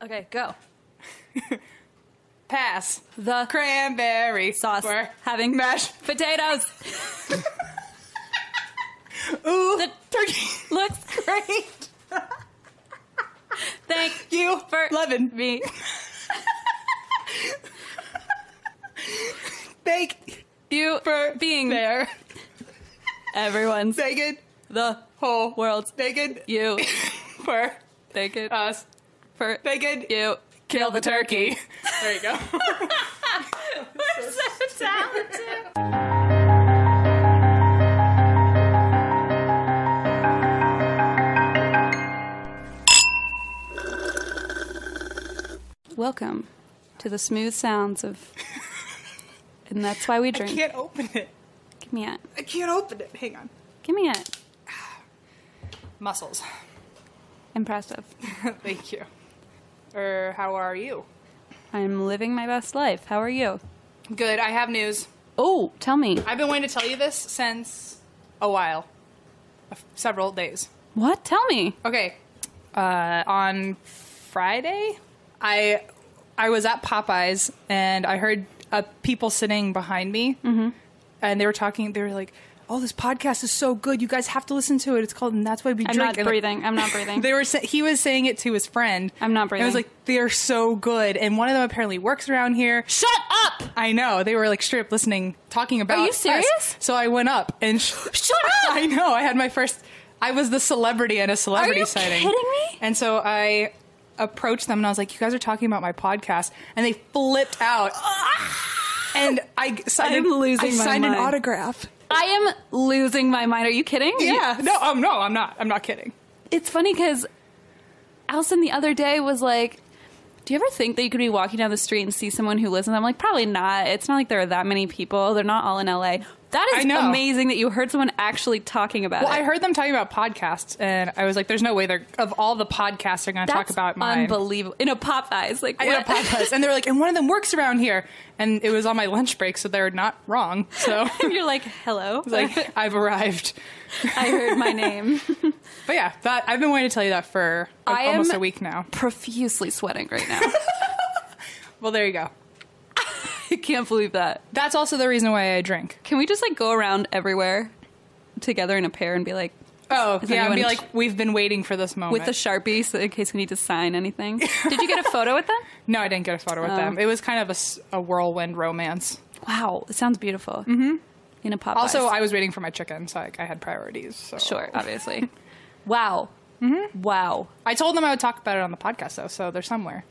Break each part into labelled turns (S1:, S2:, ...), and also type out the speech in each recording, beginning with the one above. S1: Okay, go. Pass the cranberry
S2: sauce.
S1: We're
S2: having
S1: mashed.
S2: potatoes.
S1: Ooh,
S2: The-
S1: turkey
S2: Looks
S1: great.
S2: thank
S1: You
S2: for
S1: loving
S2: me.
S1: Thank
S2: You for being
S1: there.
S2: everyone's
S1: Megan,
S2: the
S1: whole
S2: world's
S1: Megan,
S2: you.
S1: for
S2: Thank it
S1: us.
S2: for
S1: Megan,
S2: you.
S1: kill the turkey. There you go.
S2: Welcome to the smooth sounds of. And that's why we
S1: I
S2: drink.
S1: can't open it.
S2: Give me it.
S1: I can't open it. Hang on.
S2: Give me it.
S1: Muscles.
S2: Impressive.
S1: Thank you. Or how are you?
S2: I'm living my best life. How are you?
S1: Good. I have news.
S2: Oh, tell me.
S1: I've been waiting to tell you this since a while, A f- several days.
S2: What? Tell me.
S1: Okay. Uh, on Friday, I I was at Popeyes and I heard uh, people sitting behind me, and they were talking. They were like, "Oh, this podcast is so good! You guys have to listen to it. It's called and that's why we
S2: I'm
S1: drink."
S2: not
S1: And, like,
S2: breathing. I'm not breathing.
S1: they were sa- he was saying it to his friend.
S2: I'm not
S1: And I was
S2: breathing.
S1: like, "They're so good!" And one of them apparently works around here.
S2: Shut up!
S1: I know. They were like straight up listening, talking about.
S2: you
S1: us.
S2: serious?
S1: So I went up and shut
S2: up!
S1: I know. I had my first. I was the celebrity at a celebrity
S2: you
S1: sighting.
S2: kidding me?
S1: And so I approached them and I was like, "You guys are talking about my podcast," and they flipped out. and I signed.
S2: Ah! I'm
S1: an-
S2: losing
S1: I
S2: my
S1: signed an
S2: mind.
S1: autograph.
S2: I am losing my mind. Are you kidding?
S1: Yeah. No. Um. No. I'm not. I'm not kidding.
S2: It's funny because Allison the other day was like, Do you ever think that you could be walking down the street and see someone who listens? I'm like, Probably not. It's not like there are that many people. They're not all in LA. That
S1: I
S2: is
S1: know.
S2: amazing that you heard someone actually talking about
S1: Well,
S2: it.
S1: I heard them talking about podcasts, and I was like, "There's no way they're of all the podcasts they're going to talk
S2: That's
S1: about mine."
S2: unbelievable. In a Popeyes. Like,
S1: I
S2: what?
S1: had a Popeyes, and they were like, and one of them works around here, and it was on my lunch break, so they're not wrong. So,
S2: And you're like, Hello.
S1: like, I've arrived.
S2: I heard my name.
S1: But yeah, that I've been wanting to tell you that for a-
S2: I am-
S1: almost a week now.
S2: Profusely sweating right now.
S1: Well, there you go.
S2: I can't believe that.
S1: That's also the reason why I drink.
S2: Can we just like go around everywhere together in a pair and be like,
S1: Oh,
S2: Is
S1: yeah, and be
S2: anyone-
S1: like, we've been waiting for this moment.
S2: with the sharpie so in case we need to sign anything. Did you get a photo with them?
S1: no, I didn't get a photo with
S2: Oh.
S1: them. It was kind of a s- a, whirlwind romance.
S2: Wow, it sounds beautiful. Mm-hmm. In a Popeyes.
S1: Also, I was waiting for my chicken, so like, I had priorities. So.
S2: sure, obviously. wow. Mm-hmm. Wow.
S1: I told them I would talk about it on the podcast, though, so they're somewhere.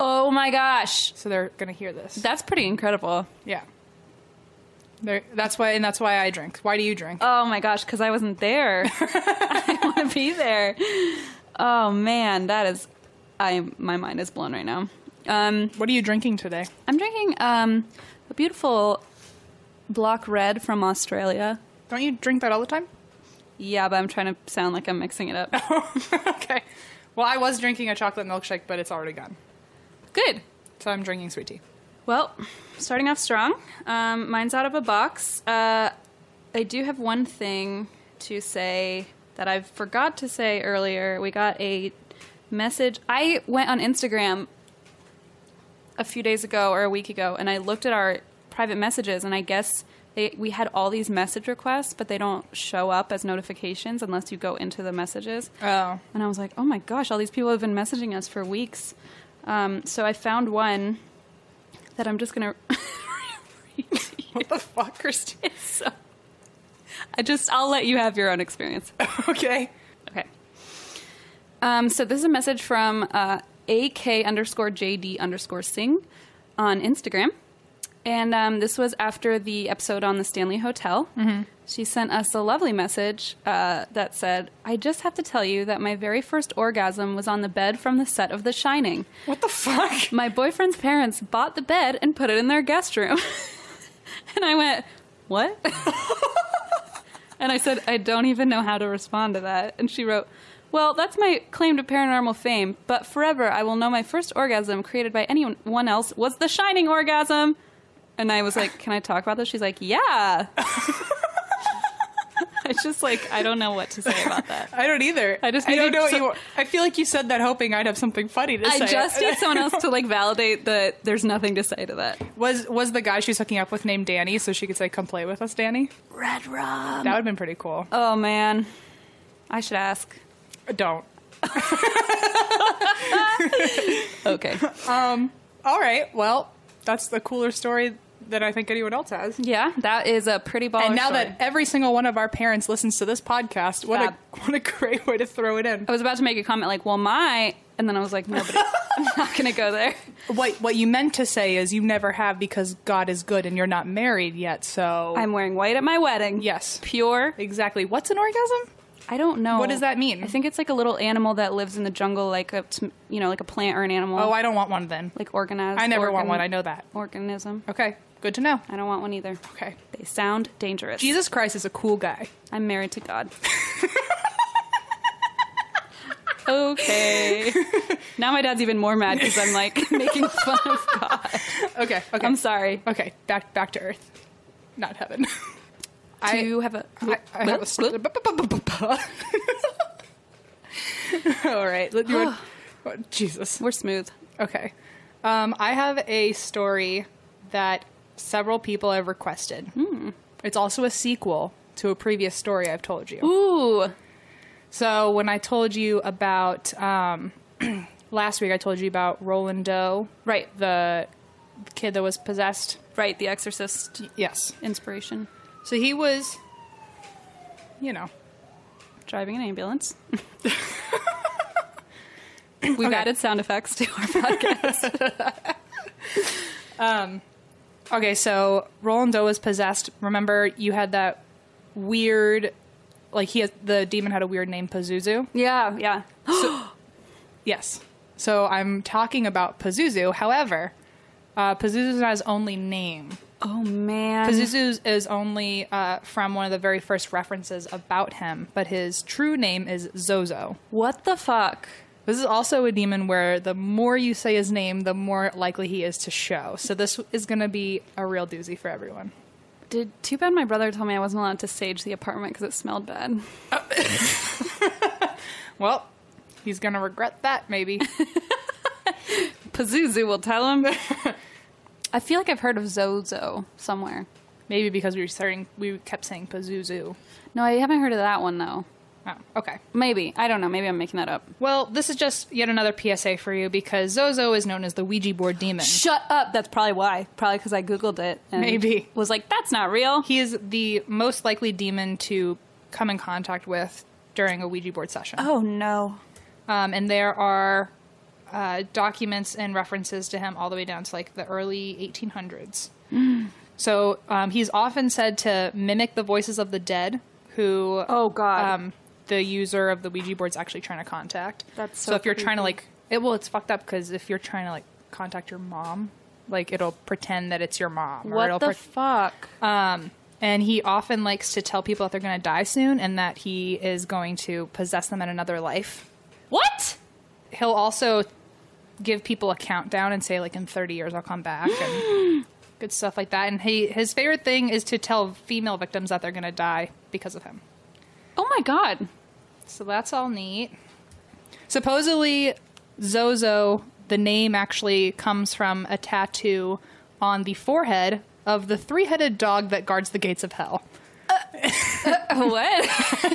S2: Oh my gosh,
S1: So they're going to hear this.
S2: that's pretty incredible.
S1: yeah. They're, that's why, and that's why I drink. Why do you drink?
S2: Oh my gosh, because I wasn't there. I want to be there. Oh man, that is. I my mind is blown right now. Um,
S1: What are you drinking today?
S2: I'm drinking um, a beautiful block red from Australia.
S1: Don't you drink that all the time?
S2: Yeah, but I'm trying to sound like I'm mixing it up.
S1: okay. Well, I was drinking a chocolate milkshake, but it's already gone.
S2: Good.
S1: So I'm drinking sweet tea.
S2: Well, starting off strong. Um, mine's out of a box. Uh, I do have one thing to say that I forgot to say earlier. We got a message. I went on Instagram a few days ago or a week ago, and I looked at our private messages, and I guess they, we had all these message requests, but they don't show up as notifications unless you go into the messages.
S1: Oh.
S2: And I was like, oh my gosh, all these people have been messaging us for weeks. Um, so I found one that I'm just gonna read. to you.
S1: What the fuck, Christine?
S2: It's so. I just I'll let you have your own experience.
S1: okay.
S2: Okay. Um, so this is a message from uh, AK underscore JD underscore Singh on Instagram. And um, this was after the episode on the Stanley Hotel. She sent us a lovely message uh, that said, I just have to tell you that my very first orgasm was on the bed from the set of The Shining.
S1: What the fuck?
S2: My boyfriend's parents bought the bed and put it in their guest room. and I went, What? and I said, I don't even know how to respond to that. And she wrote, Well, that's my claim to paranormal fame, but forever I will know my first orgasm created by anyone else was the shining orgasm. And I was like, Can I talk about this? She's like, Yeah. It's just like, I don't know what to say about that.
S1: I don't either.
S2: I just
S1: I don't
S2: needed
S1: know what
S2: some-
S1: you. want- I feel like you said that hoping I'd have something funny to say. Uh,
S2: I just need someone else to like validate that there's nothing to say to that.
S1: was was the guy she's hooking up with named Danny, so she could say, "Come play with us, Danny."
S2: Red Rum.
S1: That would've been pretty cool.
S2: Oh man, I should ask.
S1: Don't.
S2: Okay.
S1: All right. Well, that's the cooler story than I think anyone else has.
S2: yeah, that is a pretty baller.
S1: and now
S2: story.
S1: that every single one of our parents listens to this podcast, what
S2: Fab.
S1: a what a great way to throw it in.
S2: I was about to make a comment like, "Well, my," and then I was like, "No, but I'm not gonna go there."
S1: Uh, What what you meant to say is you never have because God is good and you're not married yet. So
S2: I'm wearing white at my wedding.
S1: yes,
S2: Pure.
S1: exactly. What's an orgasm?
S2: I don't know.
S1: What does that mean?
S2: I think it's like a little animal that lives in the jungle, like a t- you know, like a plant or an animal.
S1: Oh, I don't want one then.
S2: like organized.
S1: I never want
S2: organ-
S1: one. I know that.
S2: organism.
S1: Okay, good to know.
S2: I don't want one either.
S1: Okay.
S2: They sound dangerous.
S1: Jesus Christ is a cool guy.
S2: I'm married to God. okay. Now my dad's even more mad because I'm like making fun of God.
S1: Okay, okay.
S2: I'm sorry.
S1: Okay, back back to earth, not heaven.
S2: Do you have a.
S1: I, I have a st- All right. let- you want- oh, Jesus.
S2: We're smooth.
S1: Okay. Um, I have a story that several people have requested. It's also a sequel to a previous story I've told you.
S2: Ooh.
S1: So when I told you about um, last week, I told you about Roland Doe,
S2: Right.
S1: the kid that was possessed.
S2: Right. The Exorcist
S1: Yes.
S2: inspiration.
S1: So he was, you know,
S2: Driving an ambulance. We've added sound effects to our
S1: Okay, so Roland Doe was possessed. Remember, you had that weird, like he has, the demon had a weird name, Pazuzu.
S2: Yeah. Yeah.
S1: Yes. So I'm talking about Pazuzu. However, uh, Pazuzu's not his only name.
S2: Oh, man.
S1: Pazuzu is only uh, from one of the very first references about him, but his true name is Zozo.
S2: What the fuck?
S1: This is also a demon where the more you say his name, the more likely he is to show. So this is going to be a real doozy for everyone.
S2: Did too bad my brother told me I wasn't allowed to sage the apartment because it smelled bad.
S1: Well, he's going to regret that, maybe.
S2: Pazuzu will tell him. I feel like I've heard of Zozo somewhere.
S1: Maybe because we were starting, we kept saying Pazuzu.
S2: No, I haven't heard of that one though.
S1: Oh, okay.
S2: Maybe I don't know. Maybe I'm making that up.
S1: Well, this is just yet another PSA for you because Zozo is known as the Ouija board demon.
S2: Shut up. That's probably why. Probably because I googled it. And
S1: Maybe.
S2: was like that's not real.
S1: He is the most likely demon to come in contact with during a Ouija board session.
S2: Oh no.
S1: Um, and there are uh, documents and references to him all the way down to like the early 1800s. so um, he's often said to mimic the voices of the dead who
S2: Oh, God.
S1: um, the user of the Ouija board's actually trying to contact.
S2: That's
S1: so
S2: so
S1: if you're trying to
S2: creepy.
S1: like it well it's fucked up because if you're trying to like contact your mom like it'll pretend that it's your mom or it'll
S2: What the
S1: pre-
S2: fuck?
S1: and he often likes to tell people that they're going to die soon and that he is going to possess them in another life
S2: what?
S1: he'll also give people a countdown and say like in 30 years i'll come back and good stuff like that and he his favorite thing is to tell female victims that they're going to die because of him
S2: Oh my god.
S1: so that's all neat supposedly zozo the name actually comes from a tattoo on the forehead of the three-headed dog that guards the gates of hell
S2: what?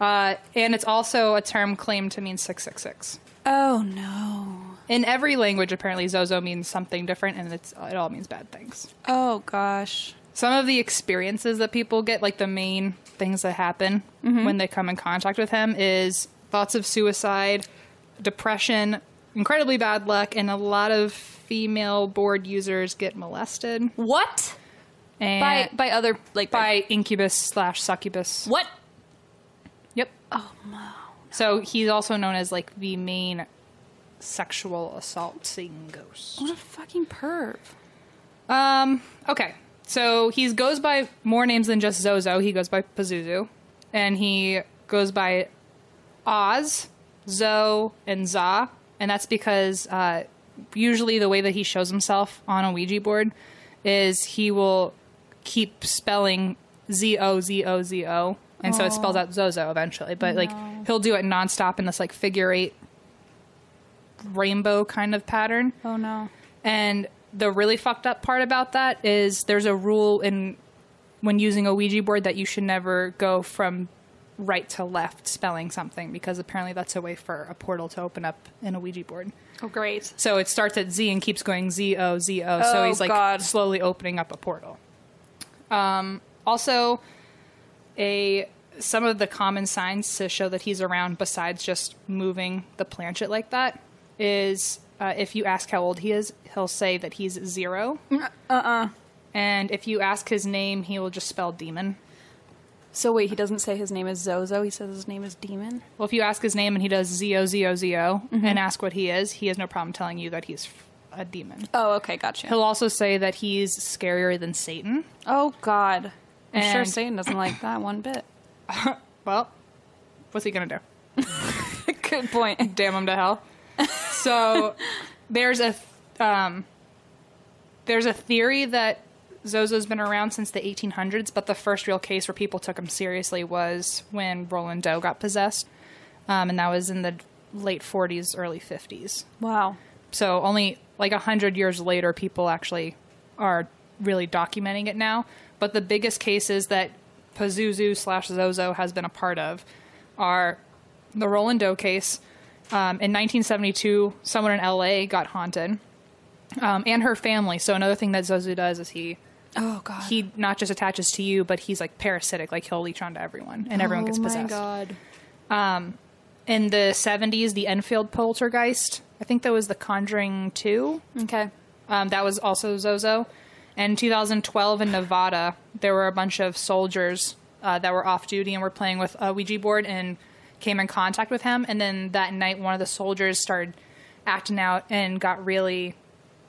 S1: uh, and it's also a term claimed to mean 666
S2: oh no.
S1: In every language, apparently, zozo means something different, and it's it all means bad things.
S2: Oh gosh.
S1: Some of the experiences that people get, like the main things that happen when they come in contact with him, is thoughts of suicide, depression, incredibly bad luck, and a lot of female board users get molested
S2: What?
S1: and
S2: By by other like
S1: by incubus slash succubus.
S2: what?
S1: Yep. Oh no. So he's also known as like the main sexual assaulting ghost.
S2: What a fucking perv.
S1: Um. Okay. So he goes by more names than just Zozo. He goes by Pazuzu, and he goes by Oz, Zo, and Za, and that's because uh, usually the way that he shows himself on a Ouija board is he will keep spelling Z O Z O Z O, and so it spells out Zozo eventually. But like he'll do it nonstop in this like figure eight rainbow kind of pattern.
S2: Oh no.
S1: And the really fucked up part about that is there's a rule in when using a Ouija board that you should never go from right to left spelling something because apparently that's a way for a portal to open up in a Ouija board.
S2: Oh great.
S1: So it starts at Z and keeps going Z O Z O. so
S2: Oh,
S1: he's like
S2: God.
S1: slowly opening up a portal. Um, also, a some of the common signs to show that he's around besides just moving the planchet like that is uh, if you ask how old he is, he'll say that he's zero. Uh uh
S2: Uh-uh.
S1: And if you ask his name, he will just spell demon.
S2: So wait, he doesn't say his name is Zozo. He says his name is Demon.
S1: Well, if you ask his name and he does Z O Z O Z O
S2: Mm-hmm.
S1: and ask what he is, he has no problem telling you that he's f- a demon.
S2: Oh, okay, gotcha.
S1: He'll also say that he's scarier than Satan.
S2: Oh God. I'm sure
S1: And-
S2: Satan doesn't like that one bit.
S1: Well, what's he gonna do?
S2: Good point.
S1: Damn him to hell. So there's a th- um, there's a theory that Zozo's been around since the 1800s, but the first real case where people took him seriously was when Roland Doe got possessed, um, and that was in the late 40s, early 50s.
S2: Wow.
S1: So only like a hundred years later, people actually are really documenting it now. But the biggest cases that Pazuzu slash Zozo has been a part of are the Roland Doe case. Um, in 1972, someone in LA got haunted, um, and her family. So another thing that Zozo does is he
S2: Oh God.
S1: he not just attaches to you, but he's like parasitic. Like he'll leech onto everyone, and everyone gets possessed
S2: Oh, God.
S1: in the 70s the enfield poltergeist i think that was the conjuring 2
S2: Okay.
S1: um, that was also zozo and in 2012 in nevada there were a bunch of soldiers uh, that were off duty and were playing with a ouija board and came in contact with him and then that night one of the soldiers started acting out and got really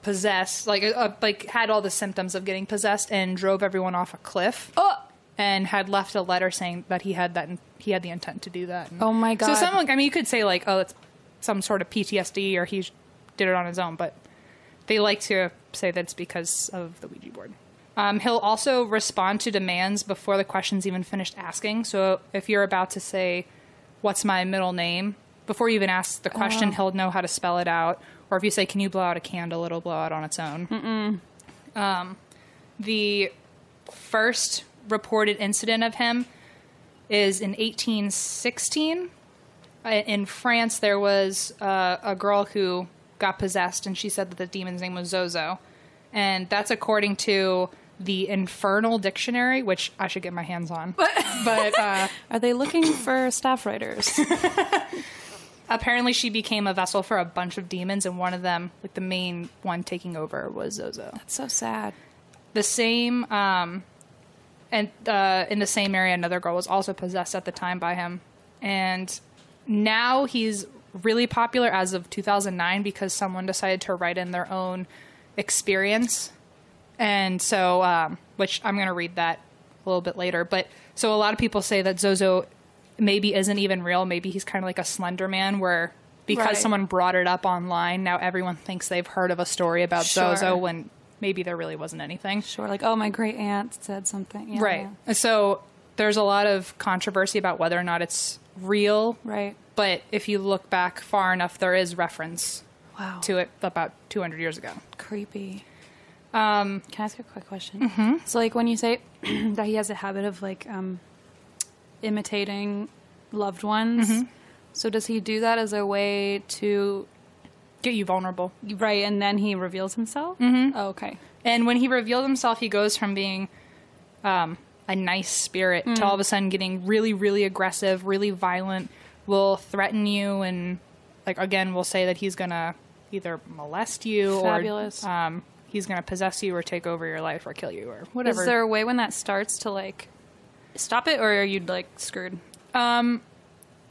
S1: possessed like uh, like had all the symptoms of getting possessed and drove everyone off a cliff
S2: Oh.
S1: and had left a letter saying that he had that he had the intent to do that. And
S2: Oh my
S1: So
S2: God.
S1: someone, I mean, you could say like, oh, it's some sort of PTSD or he did it on his own, but they like to say that it's because of the Ouija board. Um, he'll also respond to demands before the question's even finished asking. So if you're about to say, "What's my middle name?" before you even ask the
S2: Uh-huh.
S1: question, he'll know how to spell it out. Or if you say, "Can you blow out a candle?" it'll blow out on its own. Um, the first reported incident of him is in 1816. Uh, In France, there was uh, a girl who got possessed, and she said that the demon's name was Zozo. And that's according to the Infernal Dictionary, which I should get my hands on. but uh,
S2: Are they looking for staff writers?
S1: apparently, she became a vessel for a bunch of demons, and one of them, like the main one taking over, was Zozo.
S2: so sad.
S1: the same um and uh in the same area another girl was also possessed at the time by him and now he's really popular as of 2009 because someone decided to write in their own experience and so um which i'm going to read that a little bit later but so a lot of people say that zozo maybe isn't even real maybe he's kind of like a slender man where because
S2: Right.
S1: someone brought it up online now everyone thinks they've heard of a story about
S2: Sure.
S1: zozo when maybe there really wasn't anything
S2: Sure. Like, oh, my great aunt said something. Yeah,
S1: Right. So there's a lot of controversy about whether or not it's real.
S2: Right.
S1: But if you look back far enough, there is reference
S2: Wow.
S1: to it about 200 years ago.
S2: creepy. Um, Can I ask you a quick question? So, like, when you say that he has a habit of like um, imitating loved ones, so does he do that as a way to
S1: get you vulnerable.
S2: Right, and then he reveals himself? Mm-hmm. Oh, okay.
S1: And when he reveals himself, he goes from being um, a nice spirit
S2: Mm.
S1: to all of a sudden getting really, really aggressive, really violent. Will threaten you, and like again, will say that he's gonna either molest you
S3: Fabulous.
S1: or um, he's gonna possess you or take over your life or kill you or whatever.
S2: Is there a way when that starts to like stop it, or are you like screwed?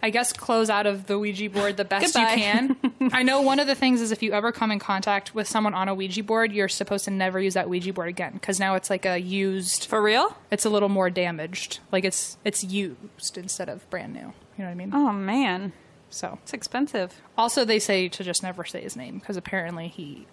S1: I guess close out of the Ouija board the best you
S2: Goodbye.
S1: can. I know one of the things is if you ever come in contact with someone on a Ouija board, you're supposed to never use that Ouija board again because now it's like a used.
S2: For real?
S1: It's a little more damaged. Like it's it's used instead of brand new. You know what I mean?
S2: Oh man,
S1: So
S2: it's expensive.
S1: also they say to just never say his name because apparently he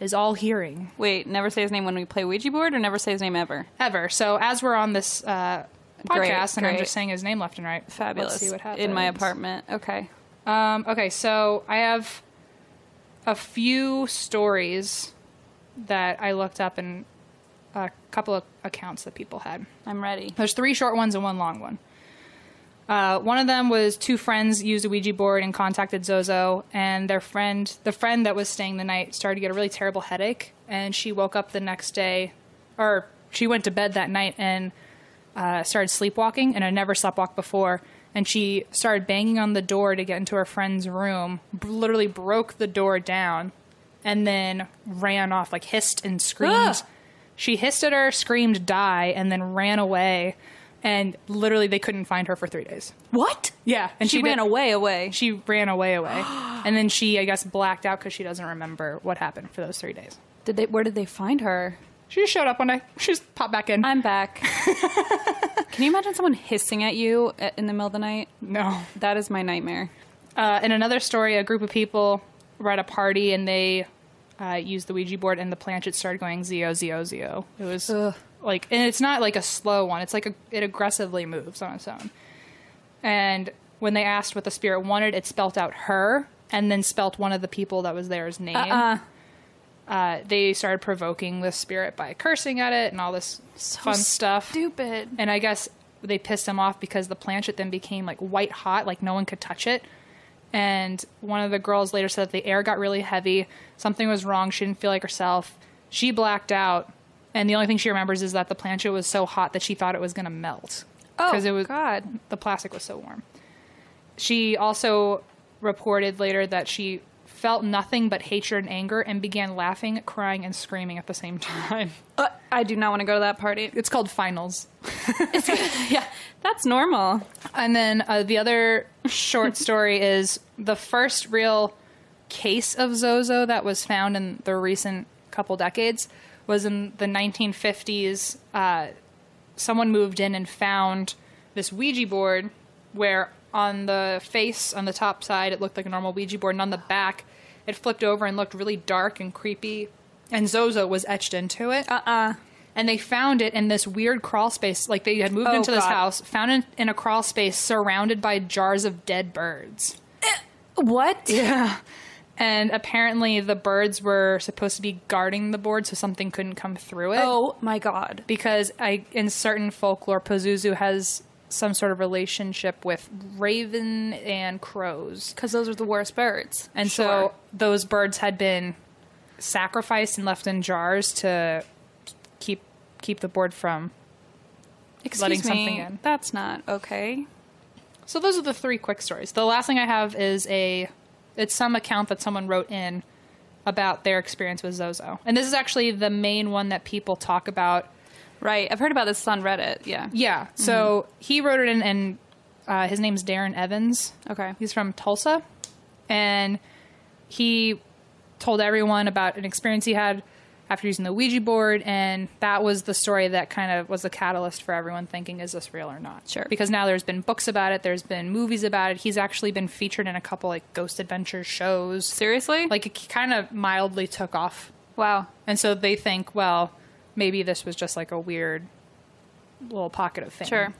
S1: is all hearing
S2: Wait, never say his name when we play Ouija board, or never say his name ever.
S1: ever. So as we're on this uh, podcast
S2: Great,
S1: and I'm
S2: great.
S1: just saying his name left and right,
S2: Fabulous.
S1: Let's see what happens
S2: in my apartment. Okay.
S1: Um, okay, so I have a few stories that I looked up and a couple of accounts that people had.
S2: I'm ready.
S1: There's three short ones and one long one. Uh, one of them was two friends used a Ouija board and contacted Zozo, and their friend, the friend that was staying the night, started to get a really terrible headache, and she woke up the next day, or she went to bed that night and uh, started sleepwalking, and had never sleepwalked before, and she started banging on the door to get into her friend's room, b- literally broke the door down, and then ran off, like hissed and screamed.
S2: Ah!
S1: She hissed at her, screamed "die," and then ran away. And literally, they couldn't find her for three days.
S2: What?
S1: Yeah, and
S2: She,
S1: she,
S2: ran
S1: did-
S2: away, away.
S1: She ran away, away, and then she, I guess, blacked out because she doesn't remember what happened for those three days.
S2: Did they? Where did they find her?
S1: She just showed up one day. She just popped back in.
S2: I'm back. Can you imagine someone hissing at you uh, in the middle of the night?
S1: no.
S2: That is my nightmare.
S1: Uh, in another story, a group of people were at a party and they uh, used the Ouija board, and the planchet started going zio zio zio. It was
S2: Ugh.
S1: like, and it's not like a slow one. It's like a, it aggressively moves on its own. And when they asked what the spirit wanted, it spelt out her and then spelt one of the people that was there's name.
S2: Uh-uh.
S1: Uh, they started provoking the spirit by cursing at it and all this fun stuff.
S2: Stupid.
S1: And I guess they pissed him off because the planchet then became like white hot, like no one could touch it. And one of the girls later said that the air got really heavy, something was wrong, she didn't feel like herself. She blacked out, and the only thing she remembers is that the planchet was so hot that she thought it was going to melt.
S2: Oh,
S1: it was
S2: God.
S1: the plastic was so warm. She also reported later that she felt nothing but hatred and anger and began laughing, crying, and screaming at the same time.
S2: Uh, I do not want to go to that party.
S1: It's called finals.
S2: yeah, that's normal.
S1: And then uh, the other short story is the first real case of Zozo that was found in the recent couple decades was in the 1950s. Uh, someone moved in and found this Ouija board where on the face, on the top side, it looked like a normal Ouija board, and on the back, it flipped over and looked really dark and creepy. And Zozo was etched into it
S2: Uh-uh.
S1: and they found it in this weird crawl space. Like they had moved
S2: Oh,
S1: into this
S2: God.
S1: house, found it in a crawl space surrounded by jars of dead birds.
S2: What?
S1: And apparently, the birds were supposed to be guarding the board so something couldn't come through it.
S2: Oh my God.
S1: Because I, in certain folklore, Pazuzu has some sort of relationship with raven and crows.
S2: Because those are the worst birds.
S1: And so those birds had been sacrificed and left in jars to keep keep the board from
S2: Excuse
S1: letting
S2: me,
S1: something in.
S2: That's not okay.
S1: So those are the three quick stories. The last thing I have is a it's some account that someone wrote in about their experience with Zozo. And this is actually the main one that people talk about.
S2: Right. I've heard about this on Reddit. Yeah.
S1: Yeah. So he wrote it in and uh, his name's Darren Evans.
S2: Okay.
S1: He's from Tulsa. And he told everyone about an experience he had after using the Ouija board. And that was the story that kind of was the catalyst for everyone thinking, is this real or not?
S2: Sure.
S1: Because now there's been books about it, there's been movies about it. He's actually been featured in a couple like ghost adventure shows.
S2: Seriously?
S1: Like it kind of mildly took off.
S2: wow.
S1: And so they think, well, maybe this was just like a weird little pocket of fame.
S2: Sure.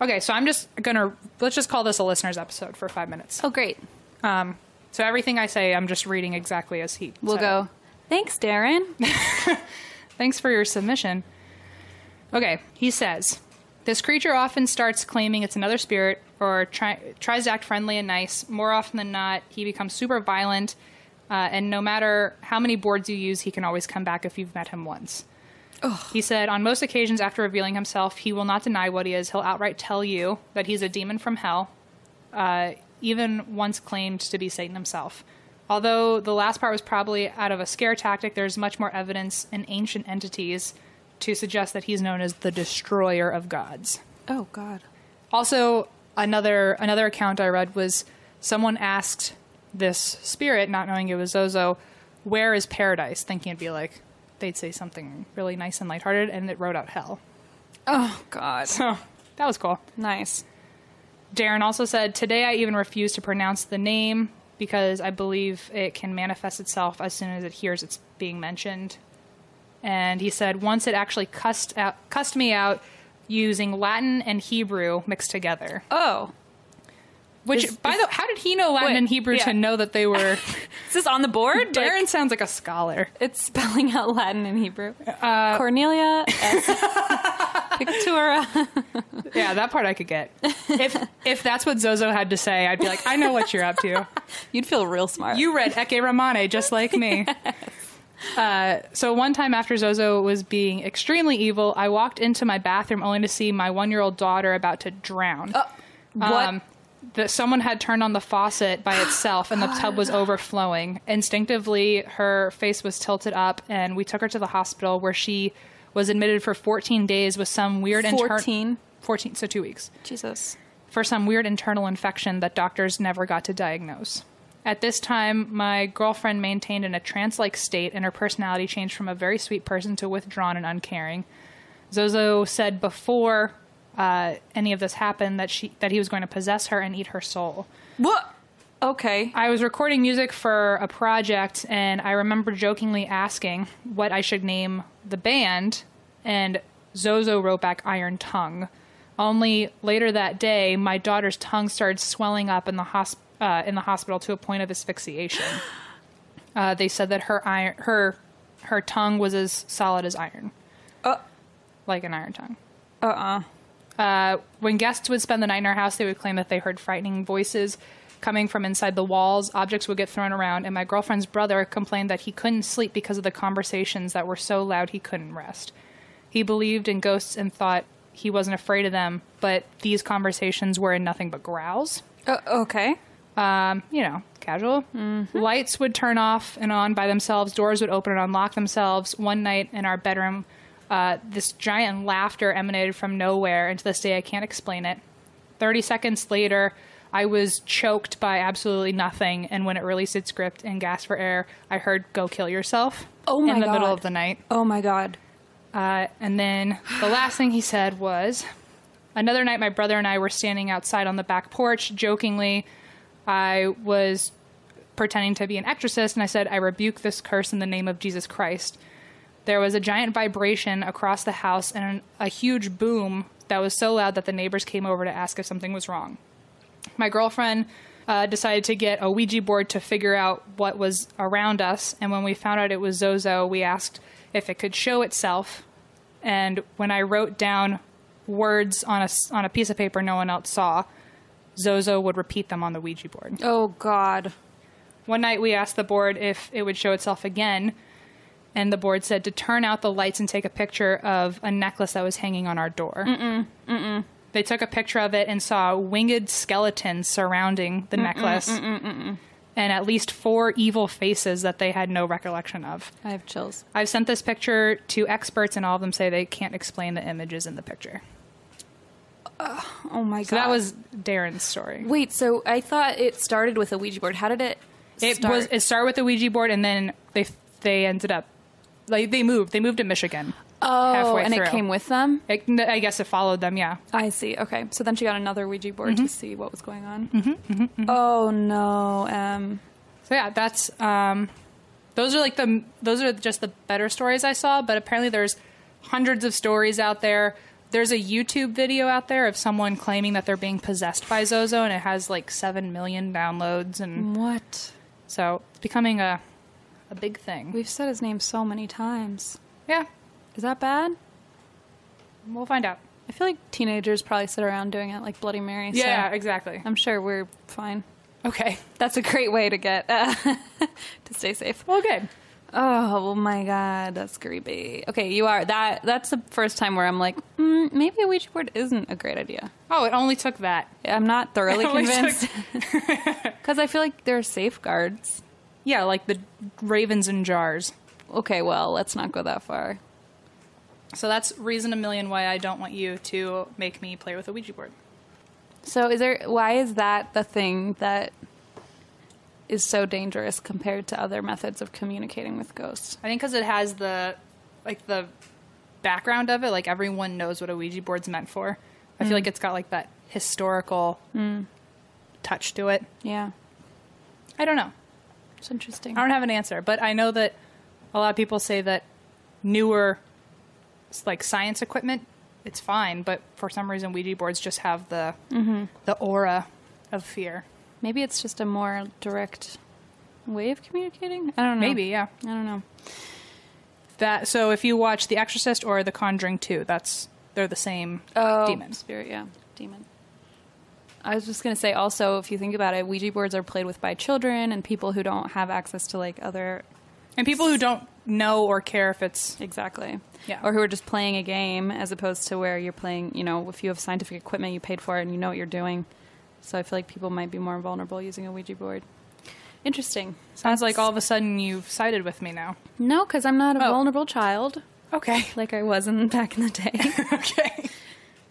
S1: Okay, so I'm just gonna let's just call this a listeners episode for five minutes.
S2: Oh, great.
S1: Um, so everything I say, I'm just reading exactly as he.
S2: We'll
S1: said
S2: go. Thanks, Darren.
S1: it. Thanks for your submission. Okay, he says this creature often starts claiming it's another spirit or try, tries to act friendly and nice. More often than not, he becomes super violent Uh, and no matter how many boards you use, he can always come back if you've met him once. He said, on most occasions after revealing himself, he will not deny what he is. He'll outright tell you that he's a demon from hell, uh, even once claimed to be Satan himself. Although the last part was probably out of a scare tactic, there's much more evidence in ancient entities to suggest that he's known as the destroyer of gods.
S2: Oh God.
S1: Also, another another account I read was someone asked this spirit, not knowing it was Zozo, "Where is paradise?" Thinking it'd be like they'd say something really nice and lighthearted, and it wrote out hell.
S2: Oh God.
S1: So that was cool.
S2: Nice.
S1: Darren also said, Today I even refuse to pronounce the name because I believe it can manifest itself as soon as it hears it's being mentioned. And he said, Once it actually cussed, out, cussed me out using Latin and Hebrew mixed together.
S2: Oh,
S1: Which,
S2: Is-
S1: by the how did he know Latin
S2: Wait,
S1: and Hebrew
S2: yeah.
S1: to know that they were.
S2: is this on the board?
S1: Darren
S2: Like,
S1: sounds like a scholar.
S2: it's spelling out Latin and Hebrew.
S1: Uh,
S2: Cornelia. S. Pictura.
S1: Yeah, that part I could get. If if that's what Zozo had to say, I'd be like, I know what you're up to.
S2: You'd feel real smart.
S1: You read Eke Ramane just like me. Uh, so one time after Zozo was being extremely evil, I walked into my bathroom only to see my one-year-old daughter about to drown.
S2: what?
S1: that someone had turned on the faucet by itself and the tub was overflowing. Instinctively, her face was tilted up, and we took her to the hospital where she was admitted for 14 days with some weird inter-
S2: 14?
S1: 14, so two weeks
S2: Jesus.
S1: for some weird internal infection that doctors never got to diagnose. At this time, my girlfriend maintained in a trance like state, and her personality changed from a very sweet person to withdrawn and uncaring. Zozo said before uh, any of this happened that she that he was going to possess her and eat her soul.
S2: What? Okay.
S1: I was recording music for a project, and I remember jokingly asking what I should name the band, and Zozo wrote back Iron Tongue. Only later that day, my daughter's tongue started swelling up in the, hosp- uh, in the hospital to a point of asphyxiation. Uh, they said that her iron, her, her tongue was as solid as iron,
S2: Uh.
S1: like an iron tongue.
S2: Uh. uh
S1: Uh, when guests would spend the night in our house, they would claim that they heard frightening voices coming from inside the walls. Objects would get thrown around, and my girlfriend's brother complained that he couldn't sleep because of the conversations that were so loud he couldn't rest. He believed in ghosts and thought he wasn't afraid of them, but these conversations were in nothing but growls
S2: Uh, okay.
S1: um, you know, casual.
S2: Mm-hmm.
S1: Lights would turn off and on by themselves. Doors would open and unlock themselves. One night in our bedroom, uh, this giant laughter emanated from nowhere, and to this day I can't explain it. Thirty seconds later, I was choked by absolutely nothing, and when it released its grip and gasped for air, I heard "Go kill yourself!"
S2: Oh my
S1: in the middle
S2: God.
S1: of the night.
S2: Oh my God.
S1: Uh, and then the last thing he said was another night, my brother and I were standing outside on the back porch. Jokingly, I was pretending to be an exorcist, and I said, I rebuke this curse in the name of Jesus Christ. There was a giant vibration across the house and an, a huge boom that was so loud that the neighbors came over to ask if something was wrong. My girlfriend uh, decided to get a Ouija board to figure out what was around us, and when we found out it was Zozo, we asked if it could show itself. And when I wrote down words on a, s- on a piece of paper no one else saw, Zozo would repeat them on the Ouija board.
S2: Oh God.
S1: One night we asked the board if it would show itself again, and the board said to turn out the lights and take a picture of a necklace that was hanging on our door. Mm-mm. Mm-mm. They took a picture of it and saw winged skeletons surrounding the necklace. And at least four evil faces that they had no recollection of.
S2: I have chills.
S1: I've sent this picture to experts, and all of them say they can't explain the images in the picture.
S2: Oh my God.
S1: So that was Darren's story.
S2: Wait. So I thought it started with a Ouija board. How did it?
S1: It
S2: start?
S1: was it started with the Ouija board, and then they they ended up like they moved. They moved to Michigan.
S2: Oh,
S1: halfway
S2: and
S1: through.
S2: it came with them.
S1: It, I guess it followed them. Yeah,
S2: I see. Okay. So then she got another Ouija board
S1: Mm-hmm.
S2: to see what was going on. Oh no. Um.
S1: so yeah, that's um, those are like the those are just the better stories I saw. But apparently, there's hundreds of stories out there. There's a YouTube video out there of someone claiming that they're being possessed by Zozo, and it has like seven million downloads, and
S2: What?
S1: so it's becoming a a big thing.
S2: We've said his name so many times.
S1: Yeah,
S2: Is that bad?
S1: we'll find out.
S2: I feel like teenagers probably sit around doing it like Bloody Marys. so
S1: Yeah, exactly.
S2: I'm sure we're fine.
S1: Okay.
S2: That's a great way to get uh, to stay safe.
S1: Well, good.
S2: Oh my god, that's creepy. Okay, you are that. That's the first time where I'm like, mm, maybe a Ouija board isn't a great idea.
S1: Oh, it only took that.
S2: I'm not thoroughly
S1: It only took-
S2: convinced because I feel like there are safeguards.
S1: yeah, like the ravens in jars.
S2: Okay, well, let's not go that far.
S1: So that's reason a million why I don't want you to make me play with a Ouija board.
S2: So, is there why is that the thing that is so dangerous compared to other methods of communicating with ghosts?
S1: I think because it has the like the background of it, like everyone knows what a Ouija board's meant for. I feel like it's got like that historical touch to it.
S2: Yeah,
S1: I don't know.
S2: it's interesting.
S1: I don't have an answer, but I know that a lot of people say that newer s- like science equipment it's fine, but for some reason Ouija boards just have the the aura of fear.
S2: Maybe it's just a more direct way of communicating. I don't know.
S1: Maybe, yeah.
S2: I don't know.
S1: That so if you watch The Exorcist or The Conjuring 2, that's they're the same demons.
S2: Spirit, yeah. Demon. I was just going to say also, if you think about it, Ouija boards are played with by children and people who don't have access to like other.
S1: And people who don't know or care if it's
S2: Exactly.
S1: Yeah.
S2: Or who are just playing a game as opposed to where you're playing, you know, if you have scientific equipment, you paid for it and you know what you're doing. So I feel like people might be more vulnerable using a Ouija board. Interesting.
S1: sounds like all of a sudden you've sided with me now.
S2: No, because I'm not a
S1: Oh.
S2: vulnerable child
S1: Okay.
S2: like I was in back in the day.
S1: okay.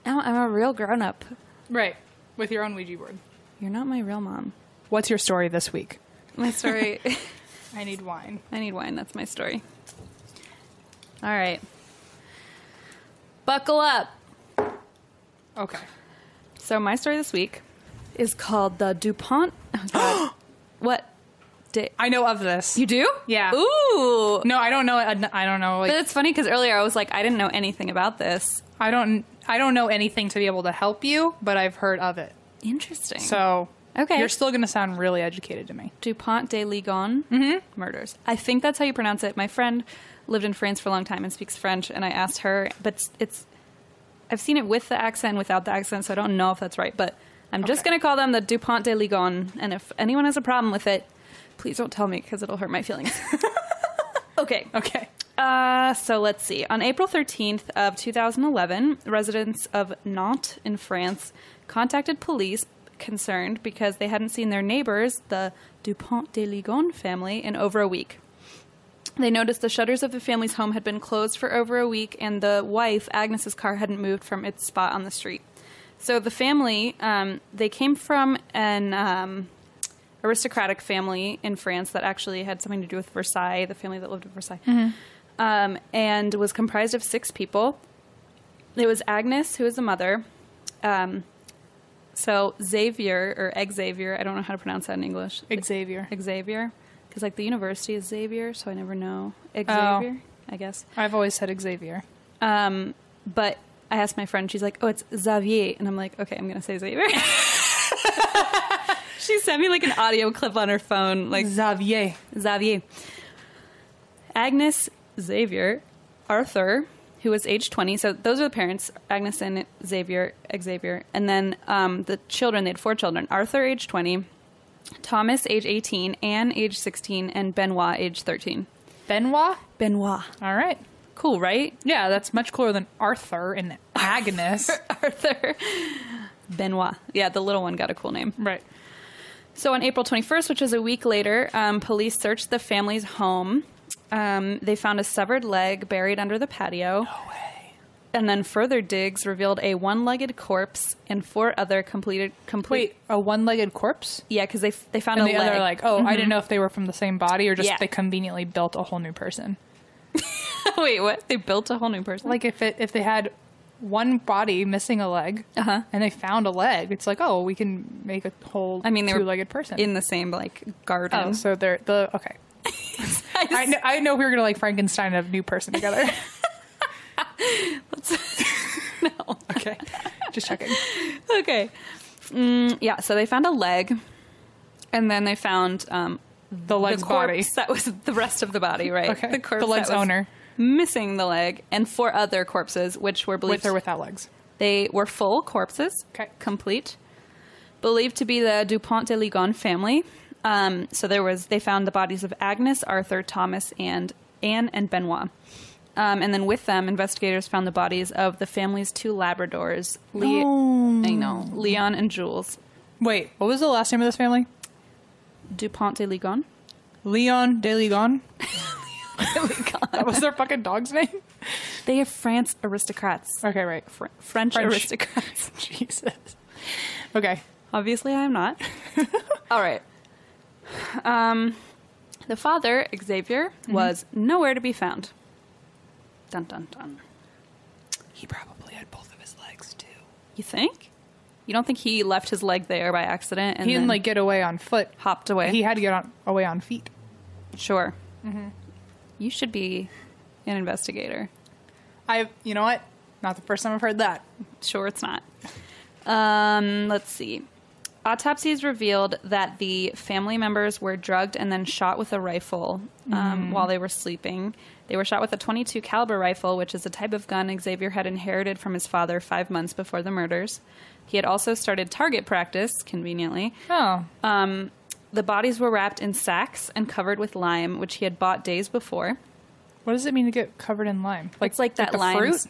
S2: now I'm a real grown up.
S1: Right. With your own Ouija board.
S2: You're not my real mom.
S1: What's your story this week?
S2: My story.
S1: I need wine.
S2: I need wine. That's my story. All right. Buckle up.
S1: Okay.
S2: So, my story this week is called the DuPont. Oh, God. what? Di-
S1: I know of this.
S2: you do?
S1: Yeah.
S2: Ooh.
S1: no, I don't know. I don't know.
S2: But
S1: Like,
S2: it's funny because earlier I was like, I didn't know anything about this.
S1: I don't. I don't know anything to be able to help you, but I've heard of it.
S2: Interesting.
S1: So
S2: Okay.
S1: you're still going to sound really educated to me.
S2: DuPont de Ligon
S1: Mm-hmm.
S2: murders. I think that's how you pronounce it. My friend lived in France for a long time and speaks French, and I asked her, but it's, it's I've seen it with the accent and without the accent, so I don't know if that's right, but I'm just
S1: Okay.
S2: going to call them the DuPont de Ligon, and if anyone has a problem with it, please don't tell me because it'll hurt my feelings. okay.
S1: Okay.
S2: Uh, so let's see. On April 13th of 2011, residents of Nantes in France contacted police concerned because they hadn't seen their neighbors, the Dupont de Ligon family, in over a week. They noticed the shutters of the family's home had been closed for over a week, and the wife, Agnes's car, hadn't moved from its spot on the street. So the family, um, they came from an um, aristocratic family in France that actually had something to do with Versailles, the family that lived in Versailles, um, and was comprised of six people. It was Agnes, who was the mother. Um, so Xavier or Xavier, I don't know how to pronounce that in English.
S1: Xavier.
S2: Xavier, because like the university is Xavier, so I never know Xavier. I guess.
S1: I've always said Xavier.
S2: Um, but I asked my friend, she's like, "Oh, it's Xavier," and I'm like, "Okay, I'm gonna say Xavier." she sent me like an audio clip on her phone, like
S1: Xavier.
S2: Xavier. Agnes Xavier, Arthur, who was age 20. So those are the parents, Agnes and Xavier, Xavier. And then um, the children, they had four children Arthur, age 20, Thomas, age 18, Anne, age 16, and Benoit, age 13.
S1: Benoit.
S2: Benoit.
S1: All right.
S2: Cool, right?
S1: Yeah, that's much cooler than Arthur and Agnes.
S2: Arthur. Benoit. Yeah, the little one got a cool name.
S1: right.
S2: So on April 21st, which was a week later, um, police searched the family's home. Um, they found a severed leg buried under the patio. And then further digs revealed a one-legged corpse and four other completed complete.
S1: Wait, a one-legged corpse?
S2: Yeah, because they f- they found
S1: And
S2: a
S1: the
S2: leg.
S1: other, like, oh, I didn't know if they were from the same body or just
S2: Yeah.
S1: they conveniently built a whole new person.
S2: Wait, what? They built a whole new person.
S1: Like if it if they had one body missing a leg
S2: Uh-huh.
S1: and they found a leg, it's like, oh, we can make a whole
S2: I mean, they were
S1: two-legged person.
S2: in the same like garden.
S1: oh, so they're the okay. I know, I know we were gonna like Frankenstein a new person together.
S2: no.
S1: okay, just checking. Oh,
S2: okay. Mm, yeah, so they found a leg, and then they found um,
S1: The leg's
S2: the
S1: body.
S2: corpse that was the rest of the body, right?
S1: Okay.
S2: The corpse
S1: The leg's
S2: that was
S1: owner.
S2: missing the leg, and four other corpses, which were believed
S1: With or without legs.
S2: they were full corpses,
S1: Okay.
S2: complete. believed to be the Dupont de Ligon family. Um, so there was they found the bodies of Agnes, Arthur, Thomas, and Anne and Benoit. Um, and then with them, investigators found the bodies of the family's two Labradors, Le- I know Leon and Jules
S1: Wait, what was the last name of this family?
S2: Dupont de Ligon.
S1: Leon de Ligon.
S2: Oh
S1: that was their fucking dog's name.
S2: They are France aristocrats,
S1: Okay, right.
S2: Fr- French,
S1: French.
S2: aristocrats.
S1: Jesus. Okay.
S2: Obviously, I am not. All right. Um, the father, Xavier,
S1: Mm-hmm.
S2: was nowhere to be found. Dun dun dun.
S1: He probably had both of his legs too.
S2: You think? You don't think he left his leg there by accident and
S1: he didn't
S2: then
S1: like get away on foot.
S2: hopped away?
S1: He had to get on away on feet.
S2: sure.
S1: Mm-hmm.
S2: You should be an investigator.
S1: I you know what? Not the first time I've heard that.
S2: Sure, it's not. Um, let's see. Autopsies revealed that the family members were drugged and then shot with a rifle um, while they were sleeping. They were shot with a 22 caliber rifle, which is a type of gun Xavier had inherited from his father five months before the murders. He had also started target practice, conveniently.
S1: Oh.
S2: Um, the bodies were wrapped in sacks and covered with lime, which he had bought days before.
S1: What does it mean to get covered in lime?
S2: it's like that
S1: the
S2: lime.
S1: fruit?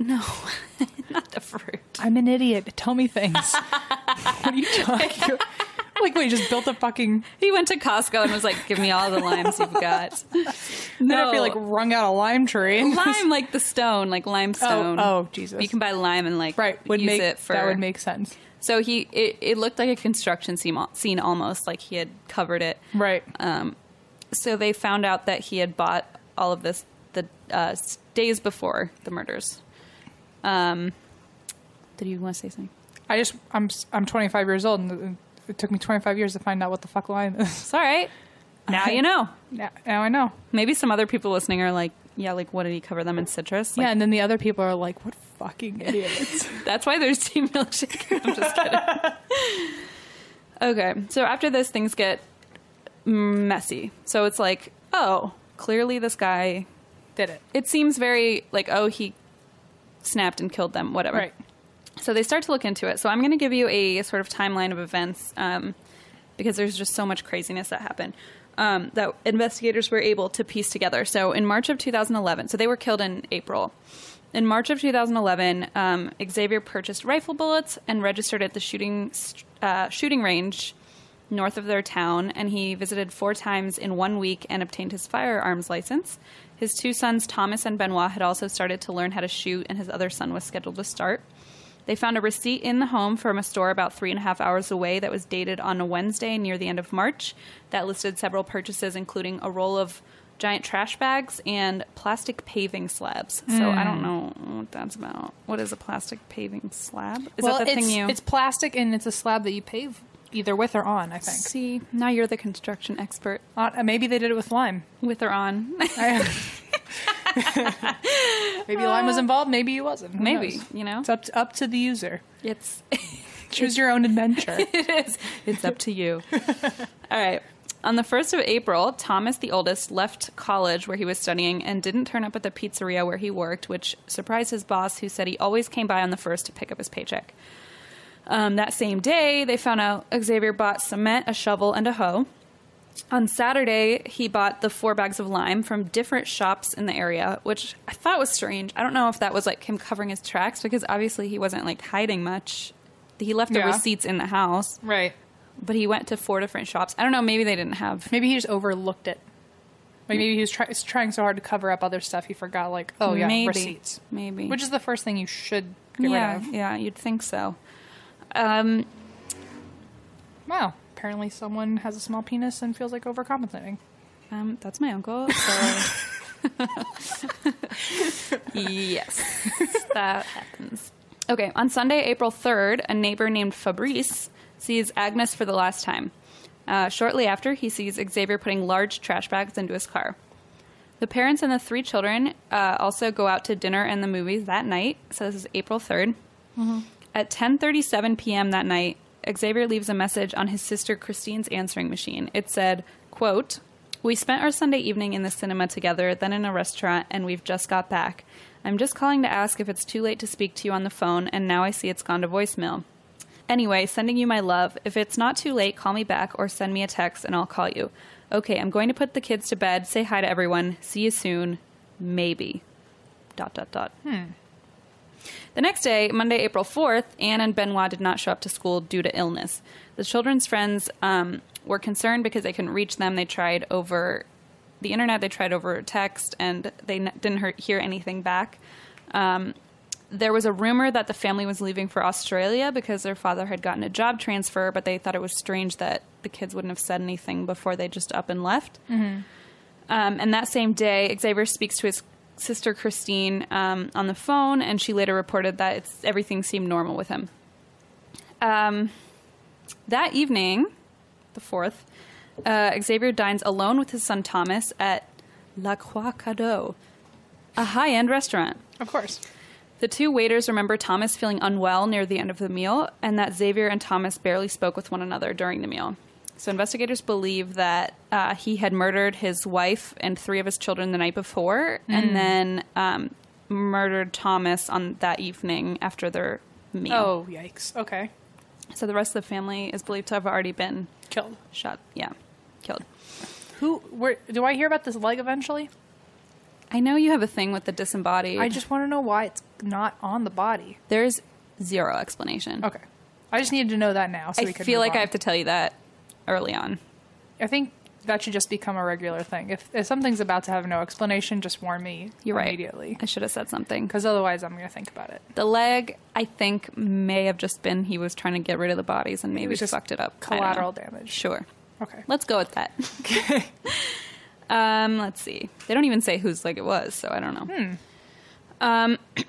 S2: No, not the fruit.
S1: I'm an idiot. Tell me things. what are you talking about? Like we just built a fucking
S2: He went to Costco and was like, "Give me all the limes you've got."
S1: no.
S2: No,
S1: I feel like wrung out a lime tree.
S2: lime, like the stone, like limestone.
S1: oh, Jesus.
S2: You can buy lime and like
S1: right. Would
S2: use
S1: make
S2: it for
S1: that would make sense.
S2: So he, it, it looked like a construction scene, al- scene almost, like he had covered it.
S1: Right.
S2: Um, so they found out that he had bought all of this the uh, s- days before the murders. Um, did you want to say something?
S1: I just I'm s- I'm 25 years old and it took me 25 years to find out what the fuck lime is.
S2: It's all right. Now you know.
S1: now, now I know.
S2: Maybe some other people listening are like, yeah, like what did he cover them in citrus? Like,
S1: yeah, and then the other people are like, "What fucking idiots."
S2: That's why there's team milkshake. I'm just kidding. okay, so after this, things get messy. So it's like, oh, clearly this guy.
S1: Did it.
S2: It seems very like, oh, he snapped and killed them, whatever.
S1: Right.
S2: So they start to look into it. So I'm going to give you a sort of timeline of events um, because there's just so much craziness that happened um, that investigators were able to piece together. So in March of 2011, so they were killed in April. In March of 2011, um, Xavier purchased rifle bullets and registered at the shooting st- uh, shooting range north of their town, and he visited four times in one week and obtained his firearms license. His two sons, Thomas and Benoit, had also started to learn how to shoot, and his other son was scheduled to start. They found a receipt in the home from a store about three and a half hours away that was dated on a Wednesday near the end of March that listed several purchases, including a roll of giant trash bags and plastic paving slabs. So
S1: Mm.
S2: I don't know what that's about. What is a plastic paving slab? Is
S1: well,
S2: that the
S1: it's,
S2: thing you
S1: it's plastic and it's a slab that you pave either with or on. I think.
S2: see? Now you're the construction expert.
S1: On, uh, maybe they did it with lime.
S2: With or on.
S1: I- maybe lime was involved. Maybe he wasn't. Who
S2: Uh, Maybe,
S1: knows?
S2: you know?
S1: It's up to, up to the user.
S2: It's
S1: Choose your own adventure.
S2: it is. It's up to you. All right. On the 1st of April, Thomas, the oldest, left college where he was studying and didn't turn up at the pizzeria where he worked, which surprised his boss, who said he always came by on the 1st to pick up his paycheck. Um, that same day, they found out Xavier bought cement, a shovel, and a hoe. On Saturday, he bought the four bags of lime from different shops in the area, which I thought was strange. I don't know if that was like him covering his tracks because obviously he wasn't like hiding much. He left the
S1: Yeah.
S2: receipts in the house,
S1: right.
S2: but he went to four different shops. I don't know, maybe they didn't have.
S1: Maybe he just overlooked it. Like maybe he was try- was trying so hard to cover up other stuff he forgot. Like oh yeah,
S2: Maybe.
S1: receipts.
S2: Maybe.
S1: Which is the first thing you should get
S2: yeah,
S1: rid of.
S2: yeah, you'd think so. Um,
S1: Wow. Apparently, someone has a small penis and feels like overcompensating.
S2: Um, that's my uncle. So. yes, that happens. Okay, on Sunday, April 3rd, a neighbor named Fabrice sees Agnes for the last time. Uh, shortly after, he sees Xavier putting large trash bags into his car. The parents and the three children uh, also go out to dinner and the movies that night. So this is April 3rd. At 10:37 p.m. that night, Xavier leaves a message on his sister Christine's answering machine. It said, "Quote: We spent our Sunday evening in the cinema together, then in a restaurant, and we've just got back. I'm just calling to ask if it's too late to speak to you on the phone, and now I see it's gone to voicemail. Anyway, sending you my love. If it's not too late, call me back or send me a text and I'll call you. Okay, I'm going to put the kids to bed. Say hi to everyone. See you soon. Maybe. Dot, dot, dot. The next day, Monday, April 4th, Anne and Benoit did not show up to school due to illness. The children's friends um, were concerned because they couldn't reach them. They tried over the internet, they tried over text, and they n- didn't hear- hear anything back. Um, there was a rumor that the family was leaving for Australia because their father had gotten a job transfer, but they thought it was strange that the kids wouldn't have said anything before they just up and left. Um, and that same day, Xavier speaks to his sister Christine um, on the phone, and she later reported that it's, everything seemed normal with him. Um, that evening, the fourth, uh, Xavier dines alone with his son Thomas at La Croix Cadeau, a high end restaurant.
S1: Of course.
S2: The two waiters remember Thomas feeling unwell near the end of the meal, and that Xavier and Thomas barely spoke with one another during the meal. So investigators believe that uh, he had murdered his wife and three of his children the night before,
S1: Hmm.
S2: and then um, murdered Thomas on that evening after their meal.
S1: Oh, yikes. Okay.
S2: So the rest of the family is believed to have already been
S1: Killed.
S2: shot. Yeah, killed.
S1: Who? Where? Do I hear about this leg eventually?
S2: I know you have a thing with the disembodied.
S1: I just want to know why it's not on the body.
S2: there's zero explanation.
S1: Okay. I just needed to know that now. So
S2: I
S1: we could
S2: feel
S1: move
S2: like I
S1: on.
S2: have to tell you that early on.
S1: I think that should just become a regular thing. If, if something's about to have no explanation, just warn me
S2: You're right.
S1: immediately.
S2: I should have said something.
S1: Because otherwise, I'm going to think about it.
S2: The leg, I think, may have just been he was trying to get rid of the bodies and maybe
S1: was just
S2: fucked it up. I don't know.
S1: collateral damage.
S2: Sure.
S1: Okay.
S2: Let's go with that. um, let's see. They don't even say whose leg it was, so I don't know. Um,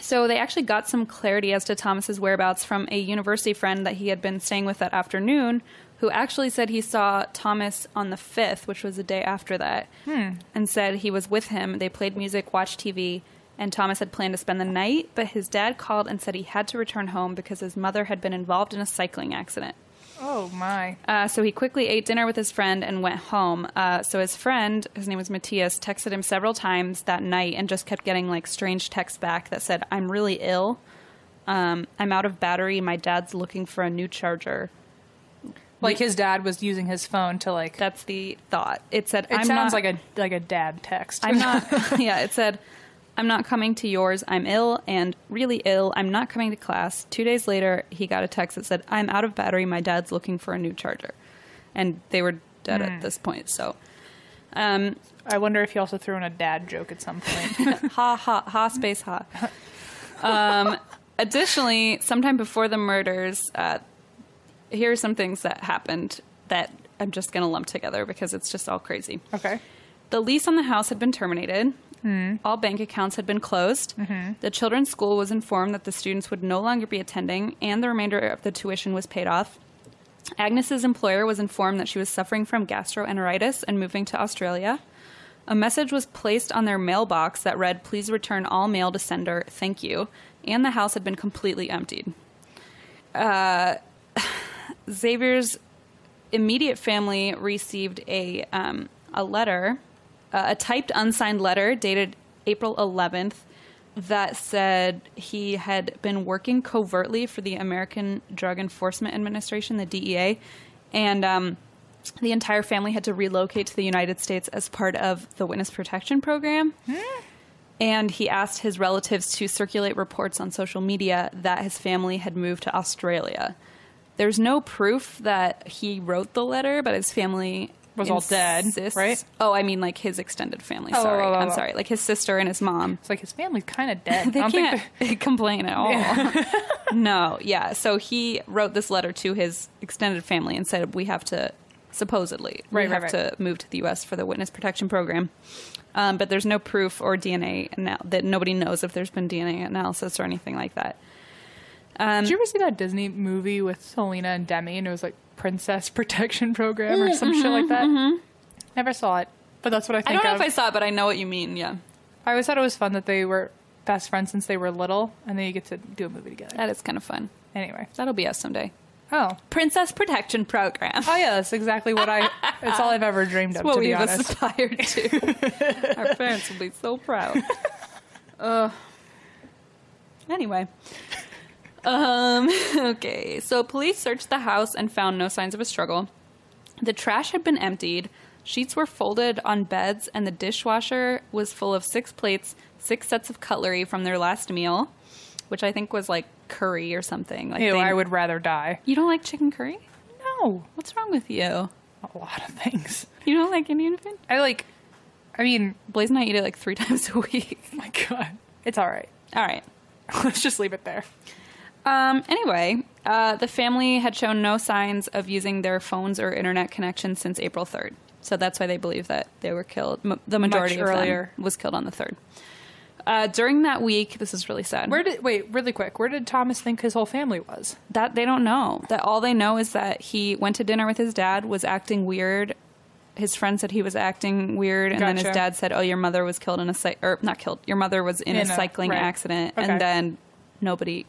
S2: so they actually got some clarity as to Thomas's whereabouts from a university friend that he had been staying with that afternoon, who actually said he saw Thomas on the fifth, which was the day after that, and said he was with him. They played music, watched TV. And Thomas had planned to spend the night, but his dad called and said he had to return home because his mother had been involved in a cycling accident.
S1: Oh, my.
S2: Uh, so he quickly ate dinner with his friend and went home. Uh, so his friend, his name was Matthias, texted him several times that night and just kept getting like strange texts back that said, "I'm really ill. Um, I'm out of battery. My dad's looking for a new charger."
S1: Like his dad was using his phone to like.
S2: That's the thought. It said,
S1: it
S2: "I'm
S1: sounds
S2: not,
S1: like a like a dad text.
S2: I'm not. yeah, it said, I'm not coming to yours. I'm ill and really ill. I'm not coming to class. Two days later, he got a text that said, I'm out of battery. My dad's looking for a new charger. And they were dead
S1: Hmm.
S2: at this point. So, um,
S1: I wonder if he also threw in a dad joke at some point.
S2: ha, ha, ha, space, ha. Um, additionally, sometime before the murders, uh, here are some things that happened that I'm just going to lump together because it's just all crazy.
S1: okay.
S2: The lease on the house had been terminated. All bank accounts had been closed. The children's school was informed that the students would no longer be attending, and the remainder of the tuition was paid off. Agnes's employer was informed that she was suffering from gastroenteritis and moving to Australia. A message was placed on their mailbox that read, "Please return all mail to sender. Thank you." And the house had been completely emptied. Uh, Xavier's immediate family received a um, a letter, uh, a typed unsigned letter dated April 11th that said he had been working covertly for the American Drug Enforcement Administration, the DEA, and um, the entire family had to relocate to the United States as part of the witness protection program. And he asked his relatives to circulate reports on social media that his family had moved to Australia. There's no proof that he wrote the letter, but his family
S1: Was all dead,
S2: insists-
S1: right?
S2: Oh, I mean, like his extended family.
S1: Oh,
S2: sorry,
S1: oh, oh,
S2: I'm
S1: oh.
S2: sorry. Like his sister and his mom.
S1: It's like his family's kind of dead.
S2: They
S1: I don't
S2: can't
S1: think
S2: complain at all. no, yeah. So he wrote this letter to his extended family and said, "We have to." Supposedly,
S1: Right,
S2: we
S1: right,
S2: have to move to the U.S. for the witness protection program, um, but there's no proof or DNA now that nobody knows if there's been DNA analysis or anything like that.
S1: they, did you ever see that Disney movie with Selena and Demi, and it was like Princess Protection Program or some shit like that? Never saw it, but that's what I
S2: Mm, mm-hmm, I
S1: think.
S2: don't know
S1: of.
S2: if I saw it, but I know what you mean. Yeah,
S1: I always thought it was fun that they were best friends since they were little, and then you get to do a movie together.
S2: that is kind of fun.
S1: Anyway,
S2: That'll be us someday.
S1: oh,
S2: Princess Protection Program.
S1: oh yeah, that's exactly what I. It's all I've ever dreamed of.
S2: what
S1: to be
S2: we've
S1: honest,
S2: aspired to. Our parents will be so proud. Uh, anyway, Um, okay. So police searched the house and found no signs of a struggle. The trash had been emptied, sheets were folded on beds, and the dishwasher was full of six plates, six sets of cutlery from their last meal, which I think was like curry or something. Like
S1: Ew,
S2: they-
S1: I would rather die.
S2: You don't like chicken curry?
S1: No,
S2: What's wrong with you?
S1: a lot of things.
S2: You don't like Indian food?
S1: I like. I mean,
S2: Blaze and I eat it like three times a week.
S1: my God, it's all right.
S2: All right.
S1: Let's just leave it there.
S2: Um, anyway, uh, the family had shown no signs of using their phones or internet connections since April 3rd. So that's why they believe that they were killed. M- the majority of
S1: earlier.
S2: them was killed on the 3rd. Uh, during that week, this is really sad.
S1: Where did wait really quick? Where did Thomas think his whole family was?
S2: that they don't know. That all they know is that he went to dinner with his dad, was acting weird. His friend said he was acting weird, and then his
S1: Gotcha.
S2: dad said, "Oh, your mother was killed in a cy- or not killed. Your mother was in, a,
S1: In a-
S2: cycling
S1: right.
S2: accident."
S1: Okay.
S2: And then nobody,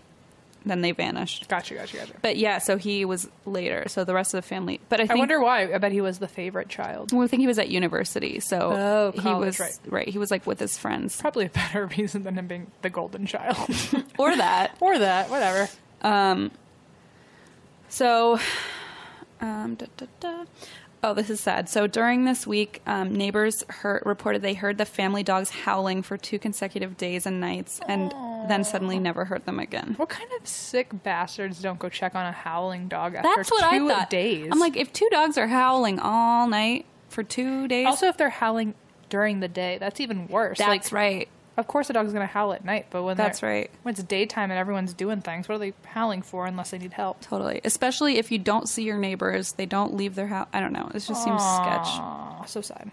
S2: then they vanished.
S1: Gotcha, gotcha, gotcha.
S2: But yeah, so he was later. So the rest of the family. But I
S1: I
S2: think
S1: wonder why. I bet he was the favorite child.
S2: well, I think he was at university, so
S1: Oh,
S2: he
S1: college,
S2: was
S1: right.
S2: He was like with his friends
S1: Probably a better reason than him being the golden child,
S2: or that.
S1: or that, whatever.
S2: So, um, da, da, da. oh, this is sad. So during this week, um, neighbors heard, reported they heard the family dogs howling for two consecutive days and nights, and then suddenly never heard them again.
S1: What kind of sick bastards don't go check on a howling dog after
S2: That's what I
S1: two
S2: thought.
S1: days?
S2: I'm like, if two dogs are howling all night for two days,
S1: also if they're howling during the day, that's even worse.
S2: that's
S1: like,
S2: right.
S1: Of course, a dog's gonna howl at night, but when they're-
S2: That's right.
S1: when it's daytime and everyone's doing things, what are they howling for unless they need help?
S2: Totally. Especially if you don't see your neighbors, they don't leave their house. I don't know. It just seems sketch.
S1: Aw, so sad.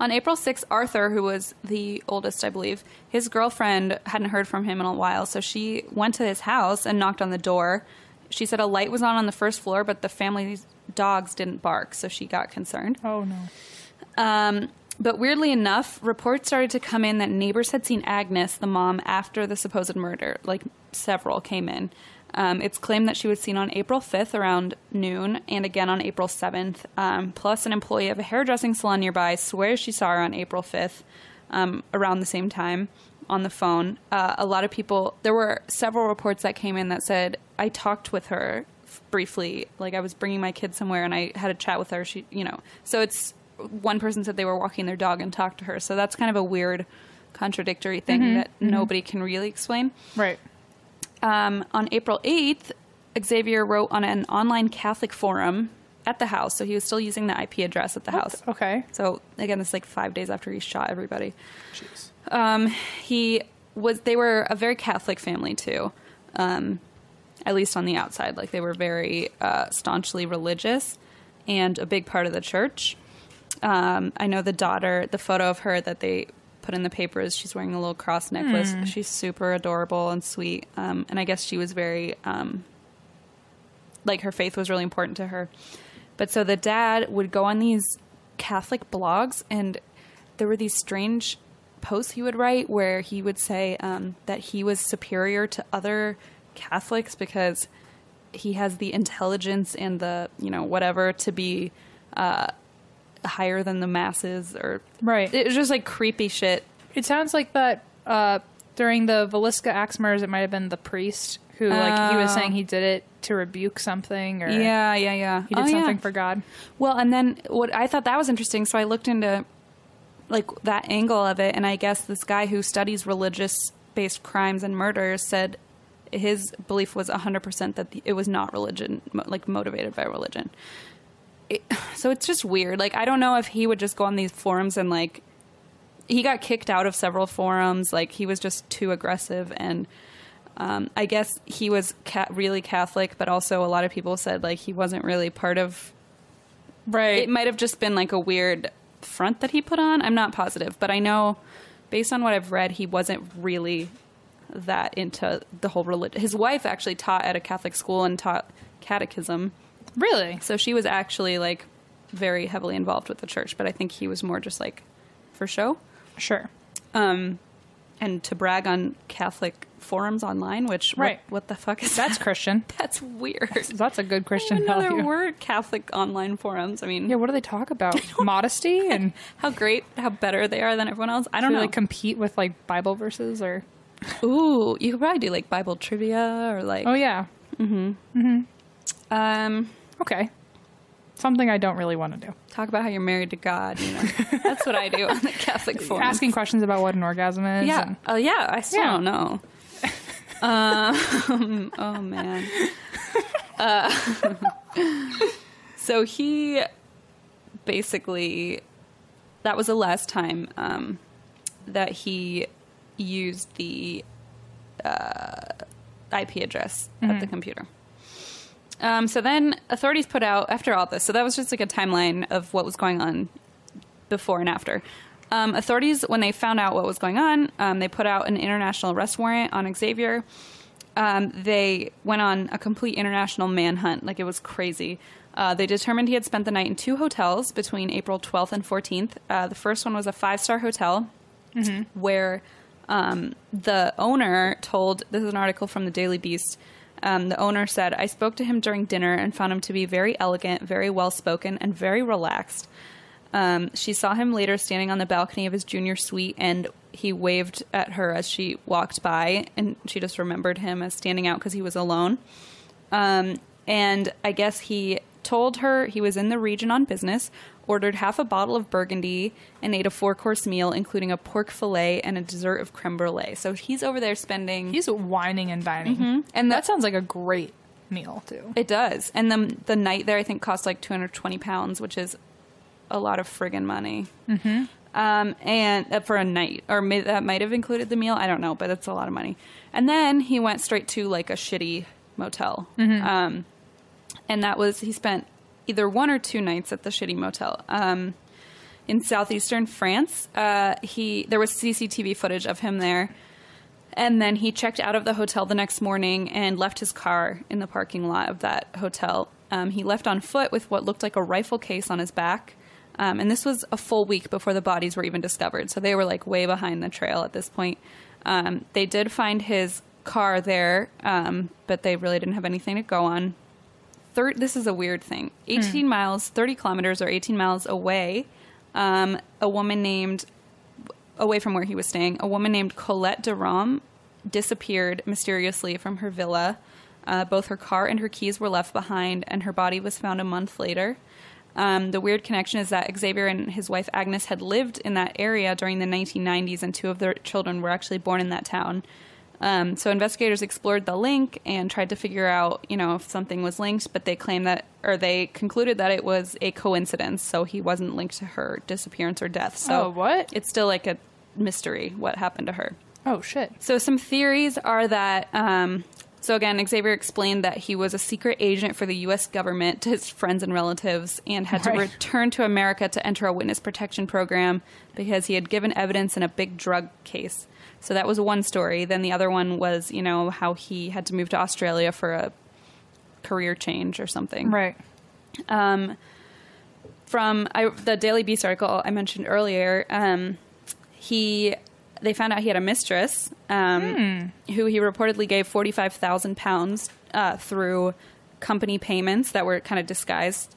S2: On April 6th, Arthur, who was the oldest, I believe, his girlfriend hadn't heard from him in a while, so she went to his house and knocked on the door. She said a light was on on the first floor, but the family's dogs didn't bark, so she got concerned.
S1: Oh no.
S2: Um, but weirdly enough, reports started to come in that neighbors had seen Agnes, the mom, after the supposed murder. Like several came in. Um, it's claimed that she was seen on April 5th around noon and again on April 7th. Um, plus, an employee of a hairdressing salon nearby swears she saw her on April 5th um, around the same time on the phone. Uh, a lot of people, there were several reports that came in that said, I talked with her f- briefly. Like I was bringing my kid somewhere and I had a chat with her. She, you know, so it's one person said they were walking their dog and talked to her. So that's kind of a weird, contradictory thing that nobody can really explain.
S1: Right.
S2: Um, on April 8th, Xavier wrote on an online Catholic forum at the house. So he was still using the IP address at the house.
S1: Okay.
S2: So again, this is like five days after he shot everybody Um,
S1: Jeez.
S2: he was they were a very catholic family too um, at least on the outside like they were very uh, staunchly religious and a big part of the church um, i know the daughter the photo of her that they put in the papers she's wearing a little cross necklace she's super adorable and sweet um, and i guess she was very um, like her faith was really important to her. But so the dad would go on these Catholic blogs, and there were these strange posts he would write where he would say um, that he was superior to other Catholics because he has the intelligence and the you know whatever to be uh, higher than the masses, or
S1: Right.
S2: It was just like creepy shit.
S1: It sounds like that uh, during the Velisca axe murders, it might have been the priest who, like, he was saying he did it to rebuke something or
S2: Oh. Yeah, yeah, yeah.
S1: he did
S2: Oh, yeah.
S1: something for God.
S2: Well, and then what I thought that was interesting, so I looked into like that angle of it, and I guess this guy who studies religious based crimes and murders said his belief was 100% that the- it was not religion, mo- like motivated by religion. It, so it's just weird. Like, I don't know if he would just go on these forums and like, he got kicked out of several forums. Like, he was just too aggressive and. Um, I guess he was ca- really Catholic, but also a lot of people said like he wasn't really part of
S1: Right.
S2: it might have just been like a weird front that he put on. I'm not positive, but I know based on what I've read, he wasn't really that into the whole religion. His wife actually taught at a Catholic school and taught catechism,
S1: really?
S2: so she was actually like very heavily involved with the church. But I think he was more just like for show
S1: Sure.
S2: and to brag on Catholic forums online. Which what-
S1: Right.
S2: what, the fuck is
S1: That's
S2: that?
S1: Christian.
S2: That's weird.
S1: That's a good
S2: I
S1: Christian
S2: didn't know
S1: value.
S2: there were Catholic online forums. I mean,
S1: Yeah, what do they talk about? Modesty and
S2: how great, how better they are than everyone else. I
S1: do
S2: don't
S1: they
S2: know.
S1: like, compete with like Bible verses or
S2: Ooh, you could probably do like Bible trivia or like
S1: Oh yeah.
S2: um
S1: Okay. Something I don't really want to do.
S2: talk about how you're married to God. You know, that's what I do on the Catholic forum.
S1: Asking questions about what an orgasm is.
S2: yeah.
S1: and-
S2: Oh yeah. I still
S1: Yeah.
S2: don't know. um, oh man. Uh, so he basically that was the last time um, that he used the uh, IP address of the computer. Um, so then authorities put out after all this. So that was just like a timeline of what was going on before and after. Um, authorities, when they found out what was going on, um, they put out an international arrest warrant on Xavier. Um, they went on a complete international manhunt. Like, it was crazy. Uh, they determined he had spent the night in two hotels between April 12th and 14th. Uh, the first one was a five star hotel where um, the owner told this is an article from the Daily Beast. Um, the owner said, I spoke to him during dinner and found him to be very elegant, very well spoken, and very relaxed. Um, she saw him later standing on the balcony of his junior suite, and he waved at her as she walked by, and she just remembered him as standing out because he was alone. Um, and I guess he told her he was in the region on business, ordered half a bottle of burgundy, and ate a four course meal, including a pork fillet and a dessert of creme brulee. So he's over there spending.
S1: He's whining and dining.
S2: Mm-hmm. And
S1: And
S2: the-
S1: that sounds like a great meal too.
S2: it does. And the, the night there, I think, cost like 220 pounds, which is a lot of friggin' money. Mm-hmm. Um, and uh, for a night, or may, that might have included the meal. I don't know, but it's a lot of money. And then he went straight to like a shitty motel. Um, and that was he spent either one or two nights at the shitty motel um, in southeastern France. Uh, he there was CCTV footage of him there, and then he checked out of the hotel the next morning and left his car in the parking lot of that hotel. Um, he left on foot with what looked like a rifle case on his back. Um, and this was a full week before the bodies were even discovered. So they were like way behind the trail at this point. Um, they did find his car there, um, but they really didn't have anything to go on thir- this is a weird thing 18 miles 30 kilometers or 18 miles away um, a woman named away from where he was staying a woman named colette durand disappeared mysteriously from her villa uh, both her car and her keys were left behind and her body was found a month later um, the weird connection is that Xavier and his wife Agnes had lived in that area during the 1990s, and two of their children were actually born in that town. Um, so investigators explored the link and tried to figure out, you know, if something was linked, but they claimed that, or they concluded that it was a coincidence. So he wasn't linked to her disappearance or death. So
S1: Oh, what?
S2: It's still like a mystery what happened to her.
S1: Oh shit.
S2: So some theories are that. Um, so again, Xavier explained that he was a secret agent for the U.S. government to his friends and relatives, and had to
S1: Right.
S2: return to America to enter a witness protection program because he had given evidence in a big drug case. So that was one story. Then the other one was, you know, how he had to move to Australia for a career change or something
S1: Right.
S2: from I, the Daily Beast article I mentioned earlier, um, he they found out he had a mistress um, who he reportedly gave forty five thousand pounds uh, through company payments that were kind of disguised.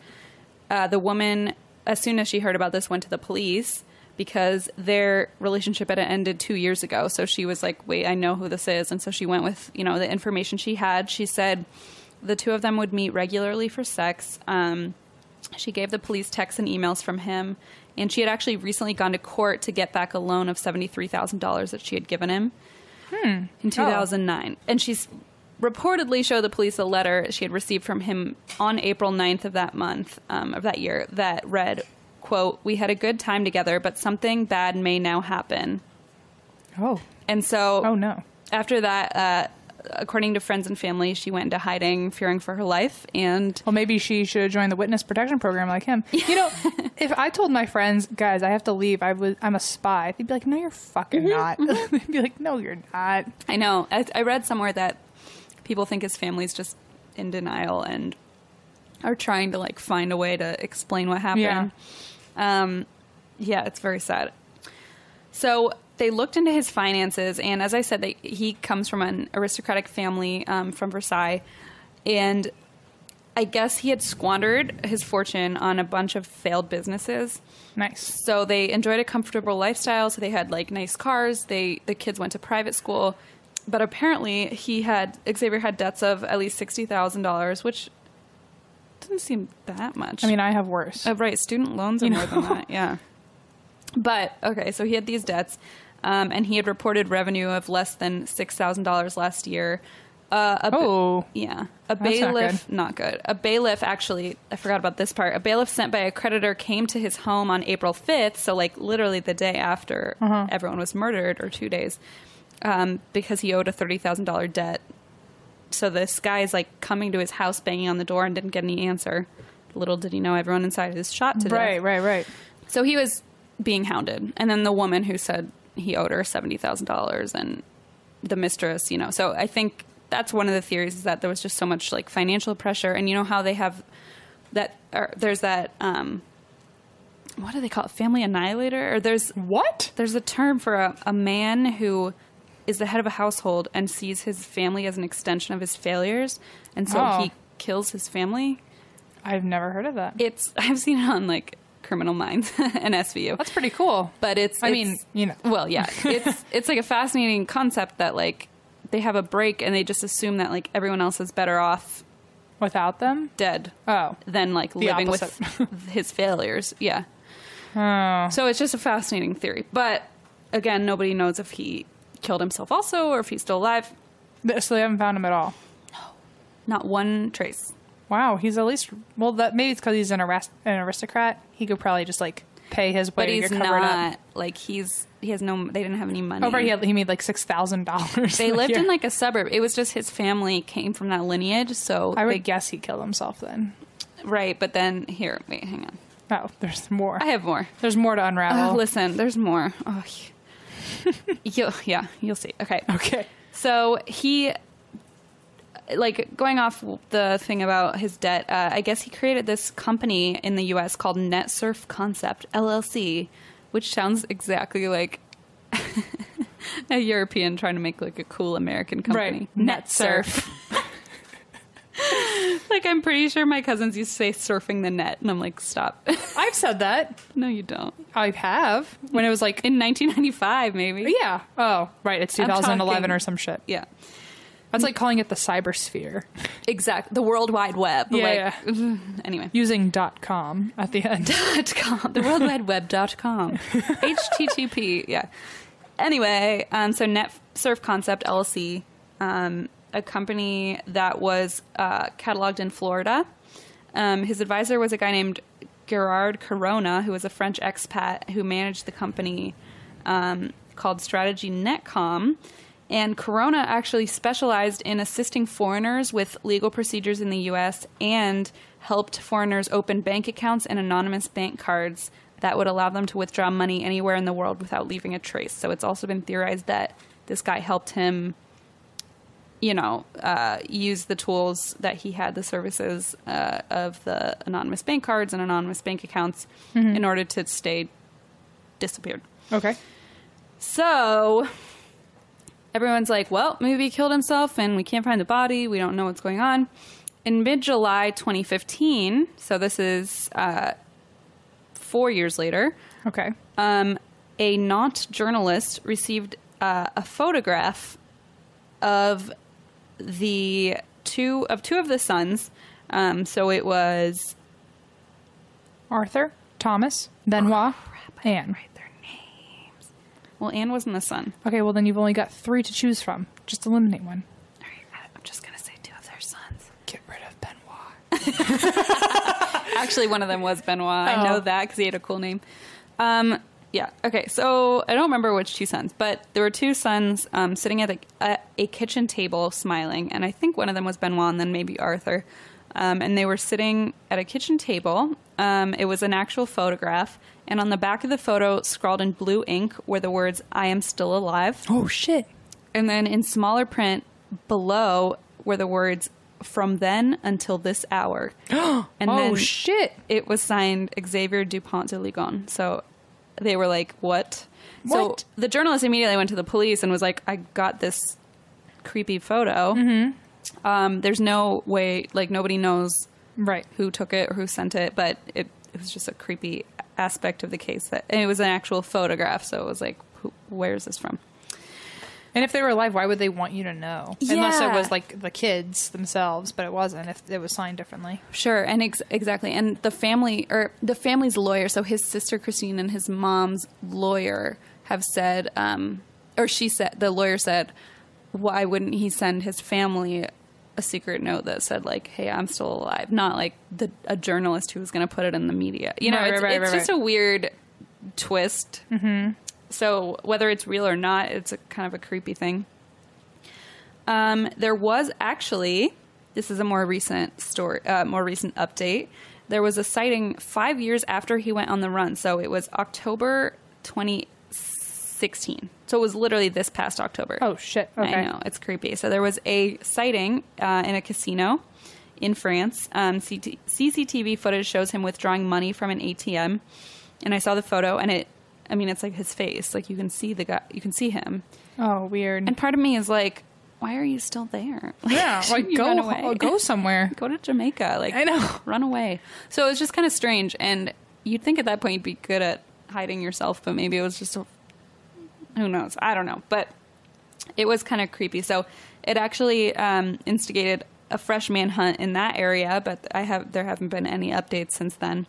S2: Uh, the woman, as soon as she heard about this, went to the police because their relationship had ended two years ago. So she was like, "Wait, I know who this is," and so she went with you know the information she had. She said the two of them would meet regularly for sex. Um, she gave the police texts and emails from him, and she had actually recently gone to court to get back a loan of $73,000 that she had given him
S1: Hmm. Oh.
S2: in 2009. And she's reportedly showed the police a letter she had received from him on April 9th of that month, um, of that year, that read, quote, we had a good time together, but something bad may now happen.
S1: Oh.
S2: And so
S1: Oh no.
S2: after that, uh, according to friends and family, she went into hiding, fearing for her life. And
S1: Well, maybe she should have joined the witness protection program like him. You know, if I told my friends, guys, I have to leave. I was, I'm a spy. They'd be like, no, you're fucking
S2: Mm-hmm.
S1: not. They'd be like, no, you're not.
S2: I know. I, I read somewhere that people think his family's just in denial and are trying to like find a way to explain what happened. Yeah. Um, yeah, it's very sad. So they looked into his finances, and as I said, they, he comes from an aristocratic family um, from Versailles, and I guess he had squandered his fortune on a bunch of failed businesses.
S1: Nice.
S2: So they enjoyed a comfortable lifestyle. So they had like nice cars. They the kids went to private school, but apparently he had Xavier had debts of at least sixty thousand dollars, which doesn't seem that much.
S1: I mean, I have worse.
S2: Uh, right, student loans are more than that. Yeah. But okay, so he had these debts, um, and he had reported revenue of less than six thousand dollars last year. Uh, a ba-
S1: Oh.
S2: yeah, a
S1: That's not
S2: bailiff not good. A bailiff actually, I forgot about this part. A bailiff sent by a creditor came to his home on April fifth, so like literally the day after
S1: Uh-huh.
S2: everyone was murdered, or two days, um, because he owed a thirty thousand dollar debt. So this guy is like coming to his house, banging on the door, and didn't get any answer. Little did he know, everyone inside is shot to death.
S1: right, right, right.
S2: So he was being hounded. And then the woman who said he owed her $70,000 and the mistress, you know. So I think that's one of the theories is that there was just so much like financial pressure. And you know how they have that, or there's that, um, what do they call it? Family annihilator? Or there's,
S1: What?
S2: there's a term for a, a man who is the head of a household and sees his family as an extension of his failures. And so
S1: Oh.
S2: he kills his family.
S1: I've never heard of that.
S2: It's, I've seen it on like Criminal Minds and SVU
S1: That's pretty cool.
S2: but it's
S1: I
S2: it's-
S1: mean, you know.
S2: well yeah it's it's like a fascinating concept that like they have a break and they just assume that like everyone else is better off
S1: Without them?
S2: dead
S1: Oh.
S2: than like living with his failures yeah
S1: Oh.
S2: so it's just a fascinating theory but again nobody knows if he killed himself also or if he's still alive
S1: Th- So they haven't found him at all.
S2: not one trace
S1: Wow, he's at least well. That maybe it's because he's an, arist- an aristocrat. He could probably just like pay his way.
S2: but
S1: to
S2: he's
S1: get covered
S2: not
S1: Up.
S2: like he's he has no they didn't have any money
S1: Over he had, he made like six thousand dollars.
S2: they lived in like a suburb it was just his family came from that lineage so
S1: I would
S2: they-
S1: guess he killed himself then.
S2: right but then here wait hang on
S1: Oh, there's more.
S2: i have more
S1: there's more to
S2: Oh,
S1: unravel.
S2: listen, there's more. Oh, you yeah, you'll see. Okay.
S1: Okay.
S2: So he, like, going off the thing about his debt, uh, I guess he created this company in the US called NetSurf Concept LLC, which sounds exactly like a European trying to make, like, a cool American company.
S1: Right.
S2: NetSurf. like, I'm pretty sure my cousins used to say surfing the net, and I'm like, stop.
S1: I've said that.
S2: no, you don't.
S1: I have when it was like
S2: In 1995, maybe.
S1: yeah. Oh, right. It's
S2: I'm
S1: 2011 or
S2: talking-
S1: some shit.
S2: Yeah,
S1: That's like calling it the cybersphere.
S2: exactly. The World Wide Web.
S1: Yeah,
S2: like, Anyway.
S1: Using dot com at the end.
S2: dot com. The World Wide Web dot com. HTTP. Yeah. Anyway, um, so NetSurf Concept LLC, um, a company that was uh, cataloged in Florida. Um, his advisor was a guy named Gerard Corona, who was a French expat who managed the company um, called Strategy Netcom. And Corona actually specialized in assisting foreigners with legal procedures in the U.S. and helped foreigners open bank accounts and anonymous bank cards that would allow them to withdraw money anywhere in the world without leaving a trace. So it's also been theorized that this guy helped him, you know, uh, use the tools that he had, the services uh, of the anonymous bank cards and anonymous bank accounts, in order to stay disappeared.
S1: okay.
S2: So everyone's like, well, maybe he killed himself and we can't find the body. We don't know what's going on. In mid July 2015, so this is uh, four years later,
S1: Okay.
S2: um, a not journalist received uh, a photograph of the two of two of the sons. Um, so it was
S1: Arthur, Thomas, Benoit, Anne.
S2: write their names. Well, Anne wasn't the son.
S1: Okay, well then you've only got three to choose from. Just eliminate one.
S2: All right, I'm just gonna say two of their sons.
S1: Get rid of Benoit.
S2: Actually, one of them was Benoit. I
S1: Oh.
S2: know that because he had a cool name. Um, yeah. Okay. So I don't remember which two sons, but there were two sons um, sitting at a, a, a kitchen table smiling, and I think one of them was Benoit, and then maybe Arthur. Um, and they were sitting at a kitchen table. Um, it was an actual photograph, and on the back of the photo, scrawled in blue ink, were the words "I am still alive."
S1: Oh shit.
S2: And then in smaller print below were the words from then until this hour. and
S1: oh
S2: then
S1: shit.
S2: it was signed Xavier Dupont de Ligon. So they were like, what?
S1: What?
S2: So the journalist immediately went to the police and was like, I got this creepy photo. Um, there's no way, like, nobody knows
S1: Right.
S2: who took it or who sent it, but it, it was just a creepy aspect of the case that and it was an actual photograph, so it was like, who, where is this from?
S1: And if they were alive, why would they want you to know? Unless it
S2: Yeah.
S1: was like the kids themselves, but it wasn't. If it was signed differently,
S2: Sure, and ex- exactly, and the family or the family's lawyer. So his sister Christine and his mom's lawyer have said, um, or she said, the lawyer said, why wouldn't he send his family a secret note that said like, "Hey, I'm still alive," not like the a journalist who was going to put it in the media. You know,
S1: Right,
S2: it's,
S1: right, right,
S2: it's
S1: right,
S2: just
S1: right.
S2: a weird twist. Mm-hmm. So whether it's real or not, it's a kind of a creepy thing. Um, there was actually, this is a more recent story, uh, more recent update. There was a sighting five years after he went on the run, so it was October 2016. So it was literally this past October.
S1: Oh, shit. Okay.
S2: I know it's creepy. So there was a sighting uh, in a casino in France. Um, CT- CCTV footage shows him withdrawing money from an ATM, and I saw the photo, and it, I mean, it's like his face, like you can see the guy, you can see him,
S1: oh, weird.
S2: and part of me is like, why are you still there? Like,
S1: yeah, like
S2: shouldn't you
S1: go
S2: run
S1: ho- go somewhere.
S2: go to Jamaica. Like
S1: I know.
S2: run away. So it was just kind of strange, and you'd think at that point you'd be good at hiding yourself, but maybe it was just a, who knows. I don't know, but it was kind of creepy. So it actually um, instigated a fresh manhunt in that area, but I have there haven't been any updates since then.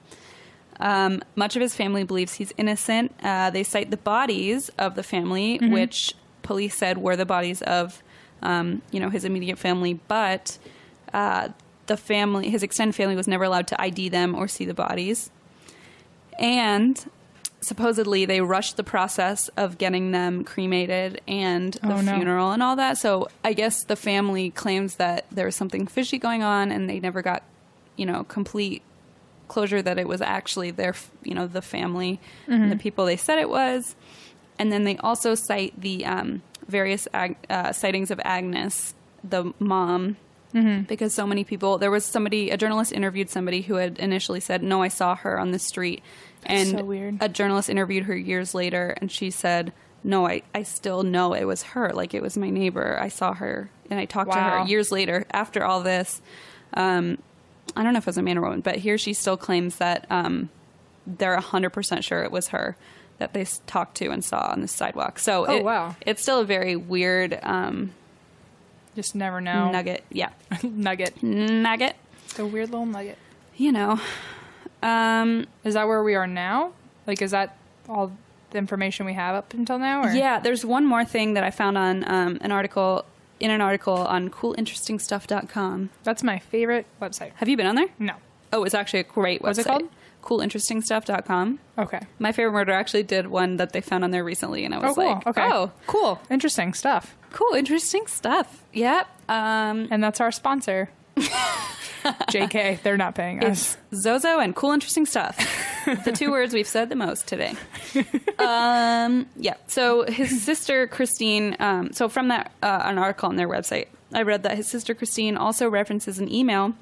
S2: Um, much of his family believes he's innocent. Uh, they cite the bodies of the family,
S1: Mm-hmm.
S2: which police said were the bodies of, um, you know, his immediate family. But uh, the family, his extended family, was never allowed to ID them or see the bodies. And supposedly, they rushed the process of getting them cremated and the
S1: Oh, no.
S2: funeral and all that. So I guess the family claims that there was something fishy going on, and they never got, you know, complete closure that it was actually their, f- you know, the family
S1: Mm-hmm.
S2: and the people they said it was. And then they also cite the um, various ag- uh, sightings of Agnes, the mom,
S1: Mm-hmm.
S2: because so many people. There was somebody, a journalist interviewed somebody who had initially said, "No, I saw her on the street," and
S1: so weird.
S2: a journalist interviewed her years later, and she said. No, I, I still know it was her. Like, it was my neighbor. I saw her and I talked to
S1: Wow.
S2: her years later after all this. I don't know if it was a man or woman, but here she still claims that um, they're 100% sure it was her that they s- talked to and saw on the sidewalk. So
S1: Oh,
S2: it-
S1: wow.
S2: it's still a very weird um,
S1: Just never know.
S2: nugget. Yeah,
S1: nugget.
S2: nugget,
S1: It's a weird little nugget.
S2: you know. Um,
S1: Is that where we are now? Like, is that all the information we have up until now? Or?
S2: Yeah, there's one more thing that I found on um, an article, in an article on coolinterestingstuff.com.
S1: That's my favorite website.
S2: Have you been on there?
S1: No.
S2: Oh, it's actually a great website.
S1: What's it called?
S2: Coolinterestingstuff.com.
S1: Okay.
S2: My favorite murder actually did one that they found on there recently, and I
S1: Oh,
S2: was
S1: cool.
S2: like,
S1: okay.
S2: oh,
S1: cool. Interesting stuff.
S2: Cool, interesting stuff. Yep. Um,
S1: And that's our sponsor. JK, they're not paying us.
S2: it's Zozo and cool, interesting stuff. the two words we've said the most today. Um, yeah. So his sister Christine. Um, so from that uh, an article on their website, I read that his sister Christine also references an email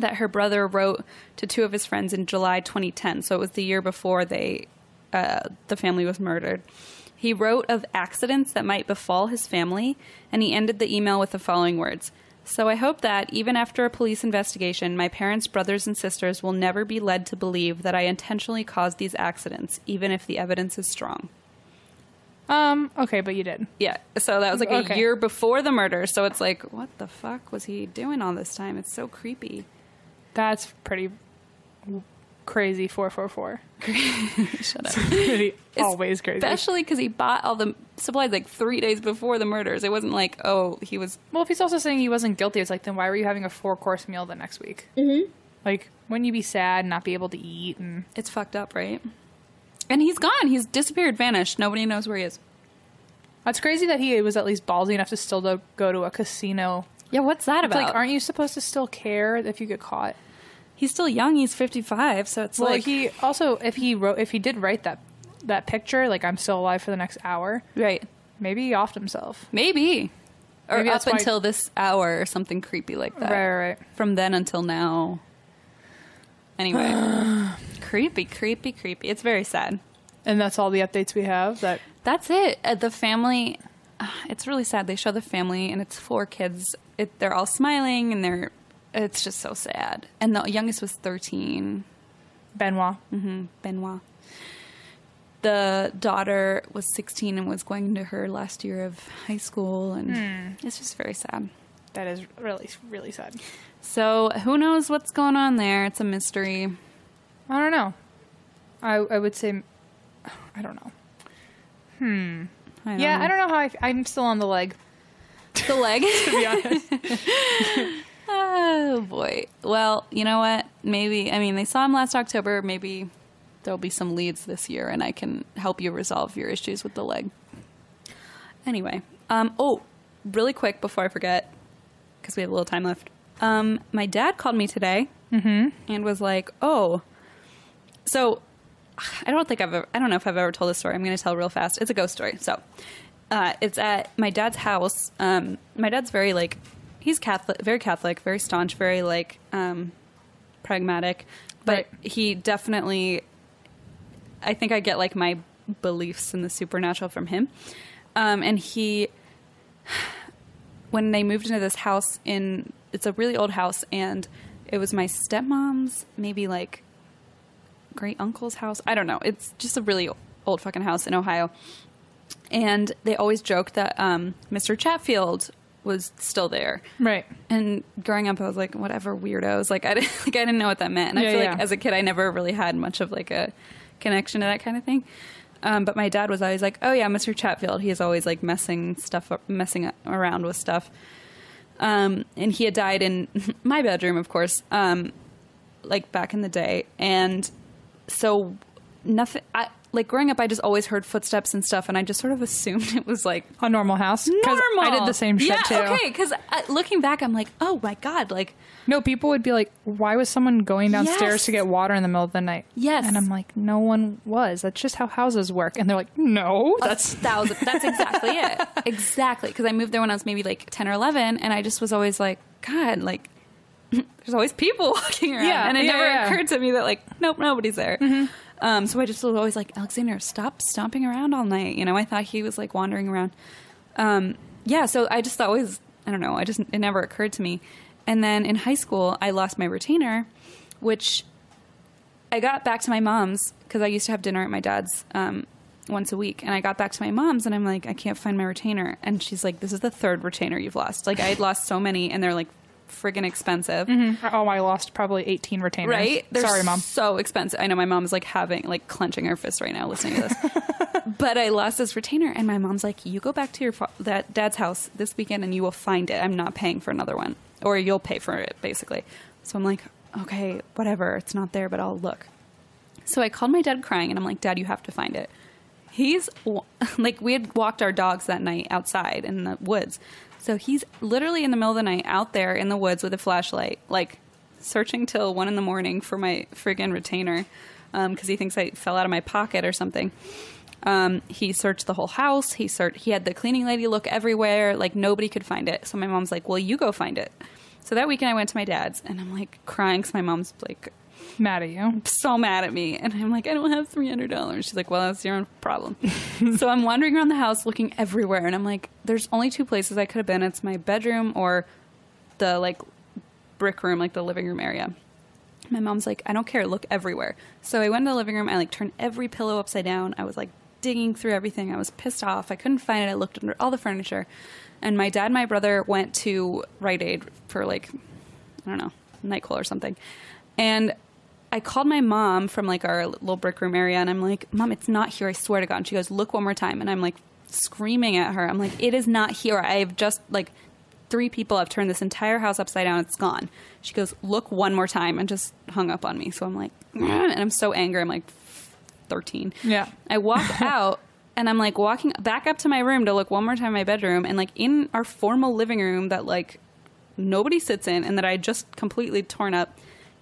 S2: that her brother wrote to two of his friends in July 2010. So it was the year before they uh, the family was murdered. He wrote of accidents that might befall his family, and he ended the email with the following words. So I hope that, even after a police investigation, my parents, brothers, and sisters will never be led to believe that I intentionally caused these accidents, even if the evidence is strong.
S1: Um, okay, but you did.
S2: Yeah. So that was like
S1: Okay.
S2: a year before the murder. So it's like, what the fuck was he doing all this time? It's so creepy.
S1: That's pretty w- crazy 444.
S2: Shut up.
S1: Pretty always crazy.
S2: Especially because he bought all the supplies like three days before the murders. It wasn't like, oh, he was.
S1: Well, if he's also saying he wasn't guilty, it's like, then why were you having a four course meal the next week? Mm-hmm. Like, wouldn't you be sad and not be able to eat? And
S2: It's fucked up, right? And he's gone. He's disappeared, vanished. Nobody knows where he is.
S1: that's crazy that he was at least ballsy enough to still do- go to a casino.
S2: Yeah, what's that
S1: It's like, aren't you supposed to still care if you get caught?
S2: he's still young. He's 55, so it's
S1: well,
S2: like.
S1: he also if he wrote if he did write that that picture like I'm still alive for the next hour,
S2: right.
S1: maybe he offed himself.
S2: Maybe. Or
S1: Maybe
S2: up
S1: that's why-
S2: until this hour or something creepy like that.
S1: Right, right, right.
S2: From then until now. Anyway. creepy, creepy, creepy. It's very sad.
S1: And that's all the updates we have. That
S2: That's it. Uh, the family. uh, It's really sad. They show the family, and it's four kids. It, they're all smiling, and they're It's just so sad. And the youngest was 13.
S1: Benoit.
S2: hmm Benoit. The daughter was 16 and was going to her last year of high school, and it's just very sad.
S1: That is really, really sad.
S2: So who knows what's going on there? It's a mystery.
S1: I don't know. I I would say, I don't know.
S2: I
S1: yeah, I don't know how I f- I'm still on the leg.
S2: the leg.
S1: To be honest,
S2: oh boy. Well, you know what? Maybe I mean they saw him last October. Maybe there'll be some leads this year, and I can help you resolve your issues with the leg. Anyway, um, oh, really quick before I forget, because we have a little time left. Um, my dad called me today
S1: Mm-hmm.
S2: and was like, "Oh, so I don't think I've ever, I don't know if I've ever told this story. I'm going to tell real fast. It's a ghost story. So, uh, it's at my dad's house. Um, my dad's very like he's Catholic, very Catholic, very staunch, very like um, pragmatic, but
S1: Right.
S2: he definitely I think I get like my beliefs in the supernatural from him. Um, and he, when they moved into this house in, it's a really old house, and it was my stepmom's, maybe like great uncle's house. I don't know. It's just a really old fucking house in Ohio. And they always joked that um, Mr. Chatfield was still there.
S1: right?
S2: And growing up, I was like, whatever weirdos. Like I didn't, like I didn't know what that meant. And I
S1: Yeah,
S2: feel
S1: yeah.
S2: like as a kid, I never really had much of like a connection to that kind of thing. Um, but my dad was always like, oh yeah, Mr. Chatfield. He's always like messing stuff up, messing around with stuff. Um, and he had died in my bedroom, of course. Um, like back in the day, and so nothing. I, like growing up, I just always heard footsteps and stuff, and I just sort of assumed it was like
S1: A normal house. 'Cause
S2: normal.
S1: I did the same shit
S2: yeah,
S1: too.
S2: Okay, because looking back, I'm like, oh my god, like
S1: No, people would be like, "Why was someone going downstairs
S2: Yes.
S1: to get water in the middle of the night?"
S2: Yes.
S1: and I'm like, "No one was. That's just how houses work." And they're like, "No, that's
S2: that's thousand. That's exactly it. Exactly. Because I moved there when I was maybe like ten or eleven, and I just was always like, God, like there's always people walking around,
S1: Yeah,
S2: and it
S1: yeah,
S2: never
S1: yeah. Mm-hmm.
S2: occurred to me that like, nope, nobody's there. Um, so I just was always like, Alexander, stop stomping around all night. You know, I thought he was like wandering around. Um, yeah. So I just always, I don't know, I just it never occurred to me. And then in high school, I lost my retainer, which I got back to my mom's because I used to have dinner at my dad's um, once a week, and I got back to my mom's and I'm like, I can't find my retainer, and she's like, This is the third retainer you've lost. Like I had lost so many, and they're like friggin' expensive,
S1: oh, I lost probably 18 retainers.
S2: Mm-hmm. right? They're
S1: Sorry, mom.
S2: So expensive. I know my mom's like having like clenching her fist right now listening to this. but I lost this retainer, and my mom's like, You go back to your fa- that dad's house this weekend, and you will find it. I'm not paying for another one, or you'll pay for it, basically. So I'm like, Okay, whatever. It's not there, but I'll look. So I called my dad crying and I'm like, Dad, you have to find it. He's w- like, we had walked our dogs that night outside in the woods. So he's literally in the middle of the night out there in the woods with a flashlight, like searching till one in the morning for my friggin' retainer because he thinks I fell out of my pocket or something. Um, he searched the whole house. He searched. He had the cleaning lady look everywhere. Like nobody could find it. So my mom's like, "Well, you go find it." So that weekend I went to my dad's and I'm like crying because my mom's like
S1: Mad at you.
S2: so mad at me. And I'm like, I don't have $300. She's like, well, that's your own problem. so I'm wandering around the house looking everywhere. And I'm like, there's only two places I could have been. It's my bedroom or the like brick room, like the living room area. My mom's like, I don't care. Look everywhere. So I went to the living room. I like turned every pillow upside down. I was like digging through everything. I was pissed off. I couldn't find it. I looked under all the furniture. And my dad and my brother went to Rite Aid for like, I don't know, night call or something. And I called my mom from like our little brick room area and I'm like, Mom, it's not here. I swear to God. And she goes, Look one more time. And I'm like screaming at her. I'm like, It is not here. I have just like three people have turned this entire house upside down. It's gone. She goes, look one more time, and just hung up on me. So I'm like, and I'm so angry. I'm like, 13.
S1: Yeah.
S2: I walk out and I'm like walking back up to my room to look one more time in my bedroom and like in our formal living room that like nobody sits in and that I just completely torn up.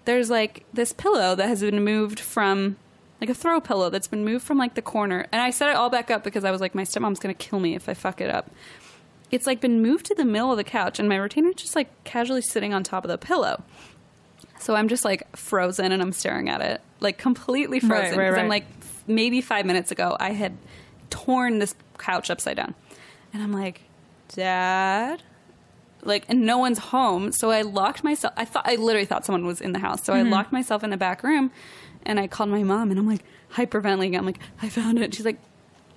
S2: There's like this pillow that has been moved from like a throw pillow that's been moved from like the corner. And I set it all back up because I was like, my stepmom's gonna kill me if I fuck it up. It's like been moved to the middle of the couch and my retainer's just like casually sitting on top of the pillow. So I'm just like frozen and I'm staring at it, like completely frozen.
S1: right,
S2: 'cause I'm
S1: right.
S2: like, f- maybe five minutes ago, I had torn this couch upside down. And I'm like, Dad, like and no one's home so i locked myself i thought i literally thought someone was in the house so i locked myself in the back room and i called my mom and i'm like hyperventilating i'm like i found it she's like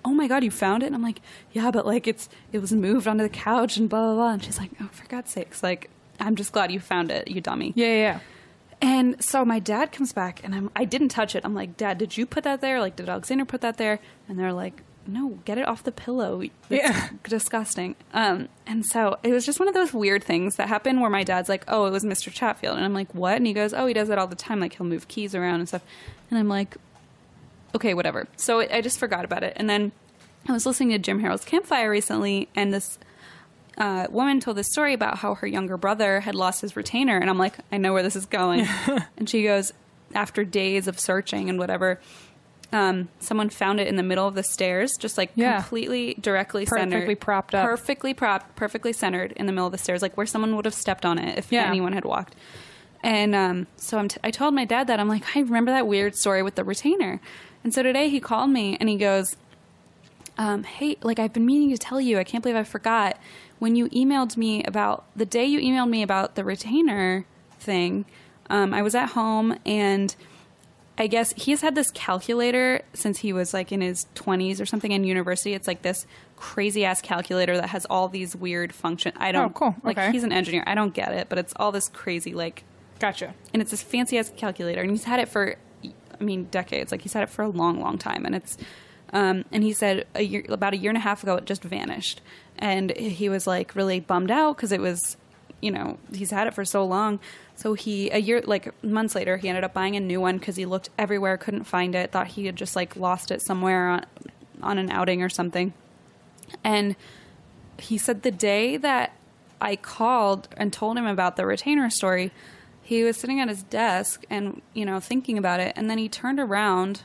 S2: oh my god you found it and i'm like yeah but like it's it was moved onto the couch and blah blah blah and she's like oh for god's sakes like i'm just glad you found it you dummy
S1: Yeah, yeah, yeah.
S2: and so my dad comes back and I'm I didn't touch it. I'm like, Dad, did you put that there? Like, did Alexander put that there? And they're like, No, get it off the pillow. It's
S1: Yeah.
S2: disgusting. Um, and so it was just one of those weird things that happened where my dad's like, Oh, it was Mr. Chatfield and I'm like, What? And he goes, Oh, he does that all the time, like he'll move keys around and stuff. And I'm like, okay, whatever. So it, I just forgot about it. And then I was listening to Jim Harrell's Campfire recently, and this uh, woman told this story about how her younger brother had lost his retainer. And I'm like, I know where this is going. and she goes, after days of searching and whatever, um, someone found it in the middle of the stairs, just like
S1: Yeah.
S2: completely directly
S1: Perfectly
S2: centered,
S1: propped up.
S2: perfectly propped, perfectly centered in the middle of the stairs, like where someone would have stepped on it if
S1: Yeah.
S2: anyone had walked. And um, so I'm t- I told my dad that I'm like, I remember that weird story with the retainer. And so today he called me and he goes, um, "Hey, like I've been meaning to tell you. I can't believe I forgot when you emailed me about the day you emailed me about the retainer thing. Um, I was at home and." I guess he's had this calculator since he was like in his 20s or something in university. It's like this crazy ass calculator that has all these weird functions. I don't
S1: Oh, cool.
S2: like
S1: Okay.
S2: he's an engineer. I don't get it, but it's all this crazy like
S1: Gotcha.
S2: and it's this fancy ass calculator and he's had it for i mean decades like he's had it for a long long time and it's um, and he said a year, about a year and a half ago it just vanished and he was like really bummed out because it was you know he's had it for so long so he a year like months later he ended up buying a new one because he looked everywhere couldn't find it thought he had just like lost it somewhere on, on an outing or something and he said the day that I called and told him about the retainer story, he was sitting at his desk and, you know, thinking about it. And then he turned around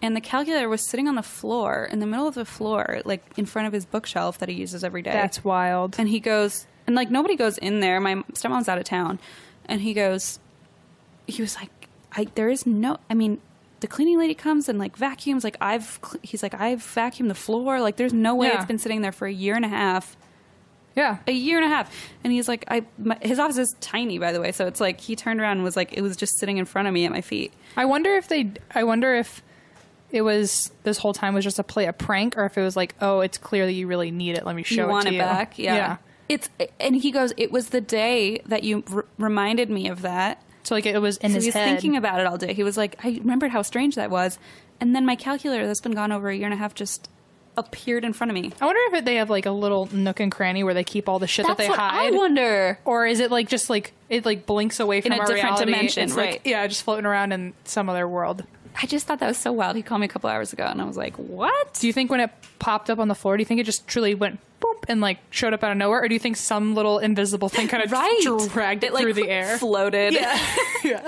S2: and the calculator was sitting on the floor, in the middle of the floor, like in front of his bookshelf that he uses every day.
S1: That's wild.
S2: And he goes, and like nobody goes in there. My stepmom's out of town, and he goes, he was like, I there is no. I mean, the cleaning lady comes and like vacuums. Like I've, cl- he's like I've vacuumed the floor. Like there's no way
S1: Yeah.
S2: it's been sitting there for a year and a half.
S1: yeah.
S2: A year and a half, and he's like, I. My, his office is tiny, by the way, so it's like he turned around and was like, it was just sitting in front of me at my feet.
S1: I wonder if they. I wonder if it was this whole time was just a play a prank, or if it was like, oh, it's clear that you really need it. Let me show
S2: you want
S1: it
S2: it
S1: to you.
S2: back, yeah. It's and he goes, it was the day that you r- reminded me of that,
S1: So like it was in
S2: So
S1: his
S2: he was
S1: head.
S2: thinking about it all day. He was like, I remembered how strange that was. And then my calculator that's been gone over a year and a half just appeared in front of me.
S1: I wonder if it- they have like a little nook and cranny where they keep all the shit that they hide.
S2: wonder.
S1: or is it like just like it like blinks away from
S2: a
S1: our
S2: different
S1: reality?
S2: dimension,
S1: It's, like,
S2: right.
S1: yeah, just floating around in some other world.
S2: I just thought that was so wild. He called me a couple hours ago and I was like, what?
S1: Do you think when it popped up on the floor, do you think it just truly went boop and like showed up out of nowhere, or do you think some little invisible thing kind of dragged it,
S2: like,
S1: through the air?
S2: Floated. Yeah.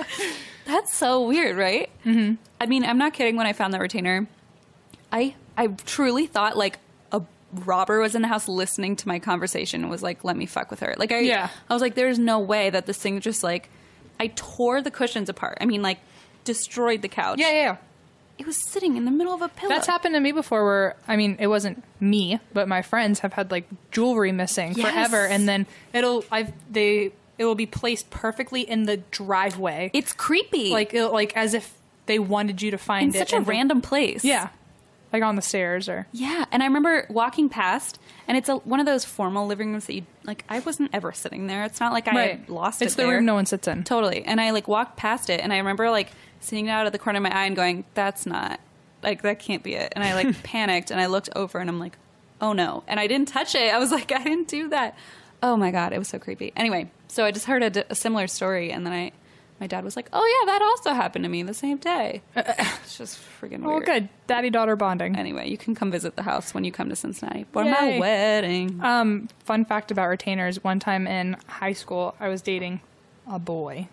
S2: That's so weird, right? Mm-hmm. I mean, I'm not kidding when I found that retainer. I I truly thought like a robber was in the house listening to my conversation and was like, let me fuck with her. Like I
S1: Yeah.
S2: I was like, there's no way that this thing just like I tore the cushions apart. I mean like destroyed the couch.
S1: yeah, yeah, yeah.
S2: It was sitting in the middle of a pillow.
S1: That's happened to me before where I mean it wasn't me, but my friends have had like jewelry missing
S2: Yes.
S1: forever and then it'll I've they it will be placed perfectly in the driveway.
S2: It's creepy.
S1: like it, like as if they wanted you to find
S2: in
S1: it
S2: such a
S1: and they-
S2: random place.
S1: Yeah. Like on the stairs or
S2: Yeah, and I remember walking past, and it's a, one of those formal living rooms that you like. I wasn't ever sitting there. It's not like I had lost
S1: It's
S2: it.
S1: the
S2: there.
S1: room no one sits in.
S2: Totally. And I like walked past it and I remember like seeing it out of the corner of my eye and going, that's not, like, that can't be it. And I like panicked and I looked over and I'm like, oh no. And I didn't touch it. I was like, I didn't do that. Oh my God. It was so creepy. Anyway, so I just heard a, d- a similar story and then I, my dad was like, oh yeah, that also happened to me the same day. it's just freaking
S1: Oh,
S2: weird.
S1: Uh, good. Daddy daughter bonding.
S2: Anyway, you can come visit the house when you come to Cincinnati for
S1: Yay.
S2: my wedding.
S1: Um, fun fact about retainers: one time in high school, I was dating a boy.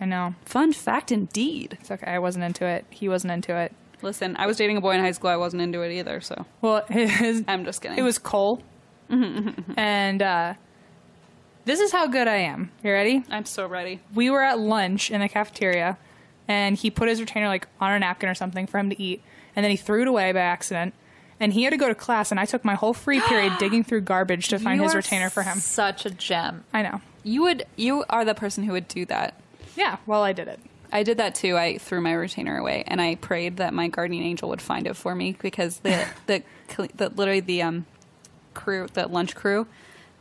S1: I know
S2: Fun fact indeed.
S1: it's okay. I wasn't into it. He wasn't into it.
S2: Listen, I was dating a boy in high school. I wasn't into it either, so
S1: Well, his,
S2: I'm just kidding.
S1: it was Cole,
S2: Mm-hmm.
S1: and uh, this is how good I am. You ready?
S2: I'm so ready.
S1: we were at lunch in the cafeteria and he put his retainer like on a napkin or something for him to eat and then he threw it away by accident and he had to go to class, and I took my whole free period digging through garbage to find
S2: You
S1: his
S2: are
S1: retainer for him.
S2: Such a gem.
S1: I know.
S2: You would. You are the person who would do that.
S1: Yeah, well, I did it.
S2: I did that too. I threw my retainer away, and I prayed that my guardian angel would find it for me because the the, cle- the literally the um crew, the lunch crew,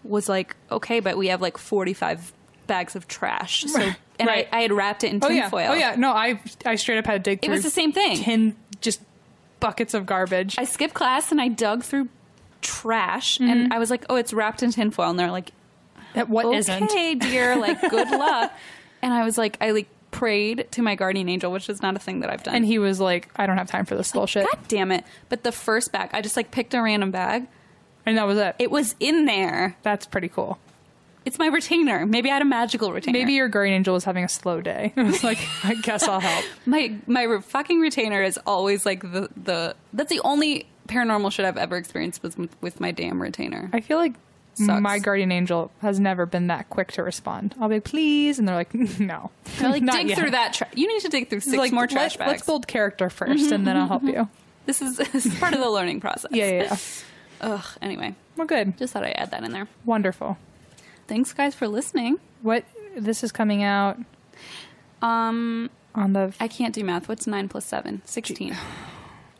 S2: was like, okay, but we have like forty five bags of trash. So and
S1: Right.
S2: I, I had wrapped it in
S1: Oh
S2: tinfoil.
S1: yeah. Oh yeah. No, I I straight up had to dig
S2: It
S1: through.
S2: was the same thing.
S1: Tin just buckets of garbage.
S2: I skipped class and I dug through trash,
S1: Mm-hmm.
S2: and I was like, oh, it's wrapped in tinfoil, and they're like,
S1: what not
S2: okay, dear, like good luck. And I was like, I like prayed to my guardian angel, which is not a thing that I've done.
S1: And he was like, I don't have time for this bullshit.
S2: God damn it. But the first bag, I just like picked a random bag.
S1: And that was it.
S2: It was in there.
S1: That's pretty cool.
S2: It's my retainer. Maybe I had a magical retainer.
S1: Maybe your guardian angel was having a slow day. It was like, I guess I'll help.
S2: my my re- fucking retainer is always like the the that's the only paranormal shit I've ever experienced was with, with my damn retainer.
S1: I feel like
S2: Sucks.
S1: my guardian angel has never been that quick to respond. I'll be like, please, and they're like, no.
S2: They're like
S1: Not
S2: dig
S1: yet.
S2: through that. Tra- you need to dig through
S1: It's
S2: six
S1: like,
S2: more trash
S1: let,
S2: bags.
S1: Let's build character 1st and then I'll help you.
S2: This is, this is part of the learning process.
S1: Yeah, yeah, yeah.
S2: Ugh. Anyway,
S1: We're good.
S2: just thought I'd add that in there.
S1: Wonderful.
S2: Thanks, guys, for listening.
S1: What this is coming out
S2: Um,
S1: on the
S2: I can't do math. What's nine plus seven? Sixteen.
S1: On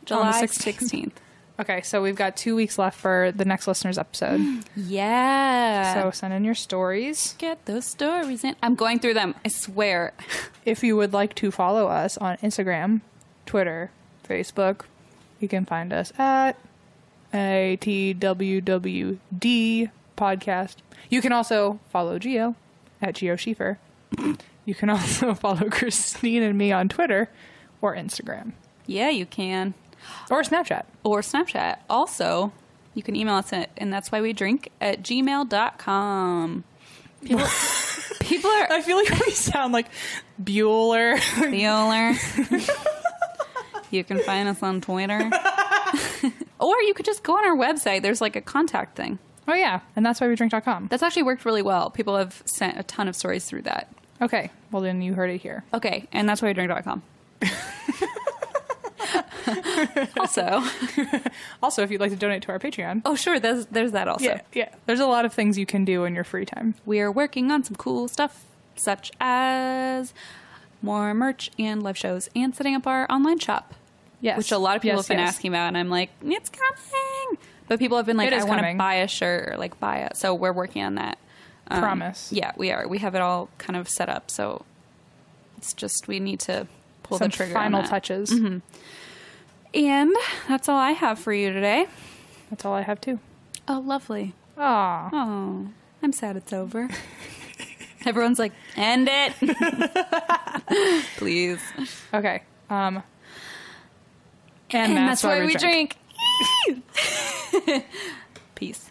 S2: July
S1: the 16th.
S2: sixteenth.
S1: Okay, so we've got two weeks left for the next listener's episode.
S2: Yeah.
S1: so send in your stories.
S2: Get those stories in. I'm going through them. I swear.
S1: If you would like to follow us on Instagram, Twitter, Facebook, you can find us at ATWWD podcast. You can also follow Geo at Geo Schieffer. You can also follow Christine and me on Twitter or Instagram
S2: Yeah, you can.
S1: or Snapchat.
S2: Or Snapchat. Also, you can email us at and that's why we drink at gmail.com. People, people are
S1: feel like we sound like Bueller.
S2: Bueller. you can find us on Twitter. or you could just go on our website. There's like a contact thing.
S1: oh, yeah. And that's why we drink.com.
S2: That's actually worked really well. People have sent a ton of stories through that.
S1: Okay. Well, then you heard it here.
S2: Okay, and that's why we drink.com. also,
S1: Also, if you'd like to donate to our Patreon.
S2: oh sure, there's there's that also.
S1: yeah, yeah. There's a lot of things you can do in your free time.
S2: We are working on some cool stuff, such as more merch and live shows, and setting up our online shop.
S1: Yes.
S2: which a lot of people
S1: Yes,
S2: have been
S1: yes.
S2: asking about, and I'm like, it's coming. But people have been like,
S1: It is
S2: I want to
S1: coming.
S2: buy a shirt or like buy it. So we're working on that. Um,
S1: Promise.
S2: Yeah, we are. We have it all kind of set up. So it's just we need to pull
S1: Some
S2: the trigger. on
S1: final
S2: that. Mm-hmm.
S1: touches.
S2: And that's all I have for you today.
S1: That's all I have too. Ah.
S2: Oh, lovely.
S1: Aw.
S2: Oh, I'm sad it's over. Everyone's like, end it. Please.
S1: Okay. Um.
S2: And, that's, why, we drink. Peace.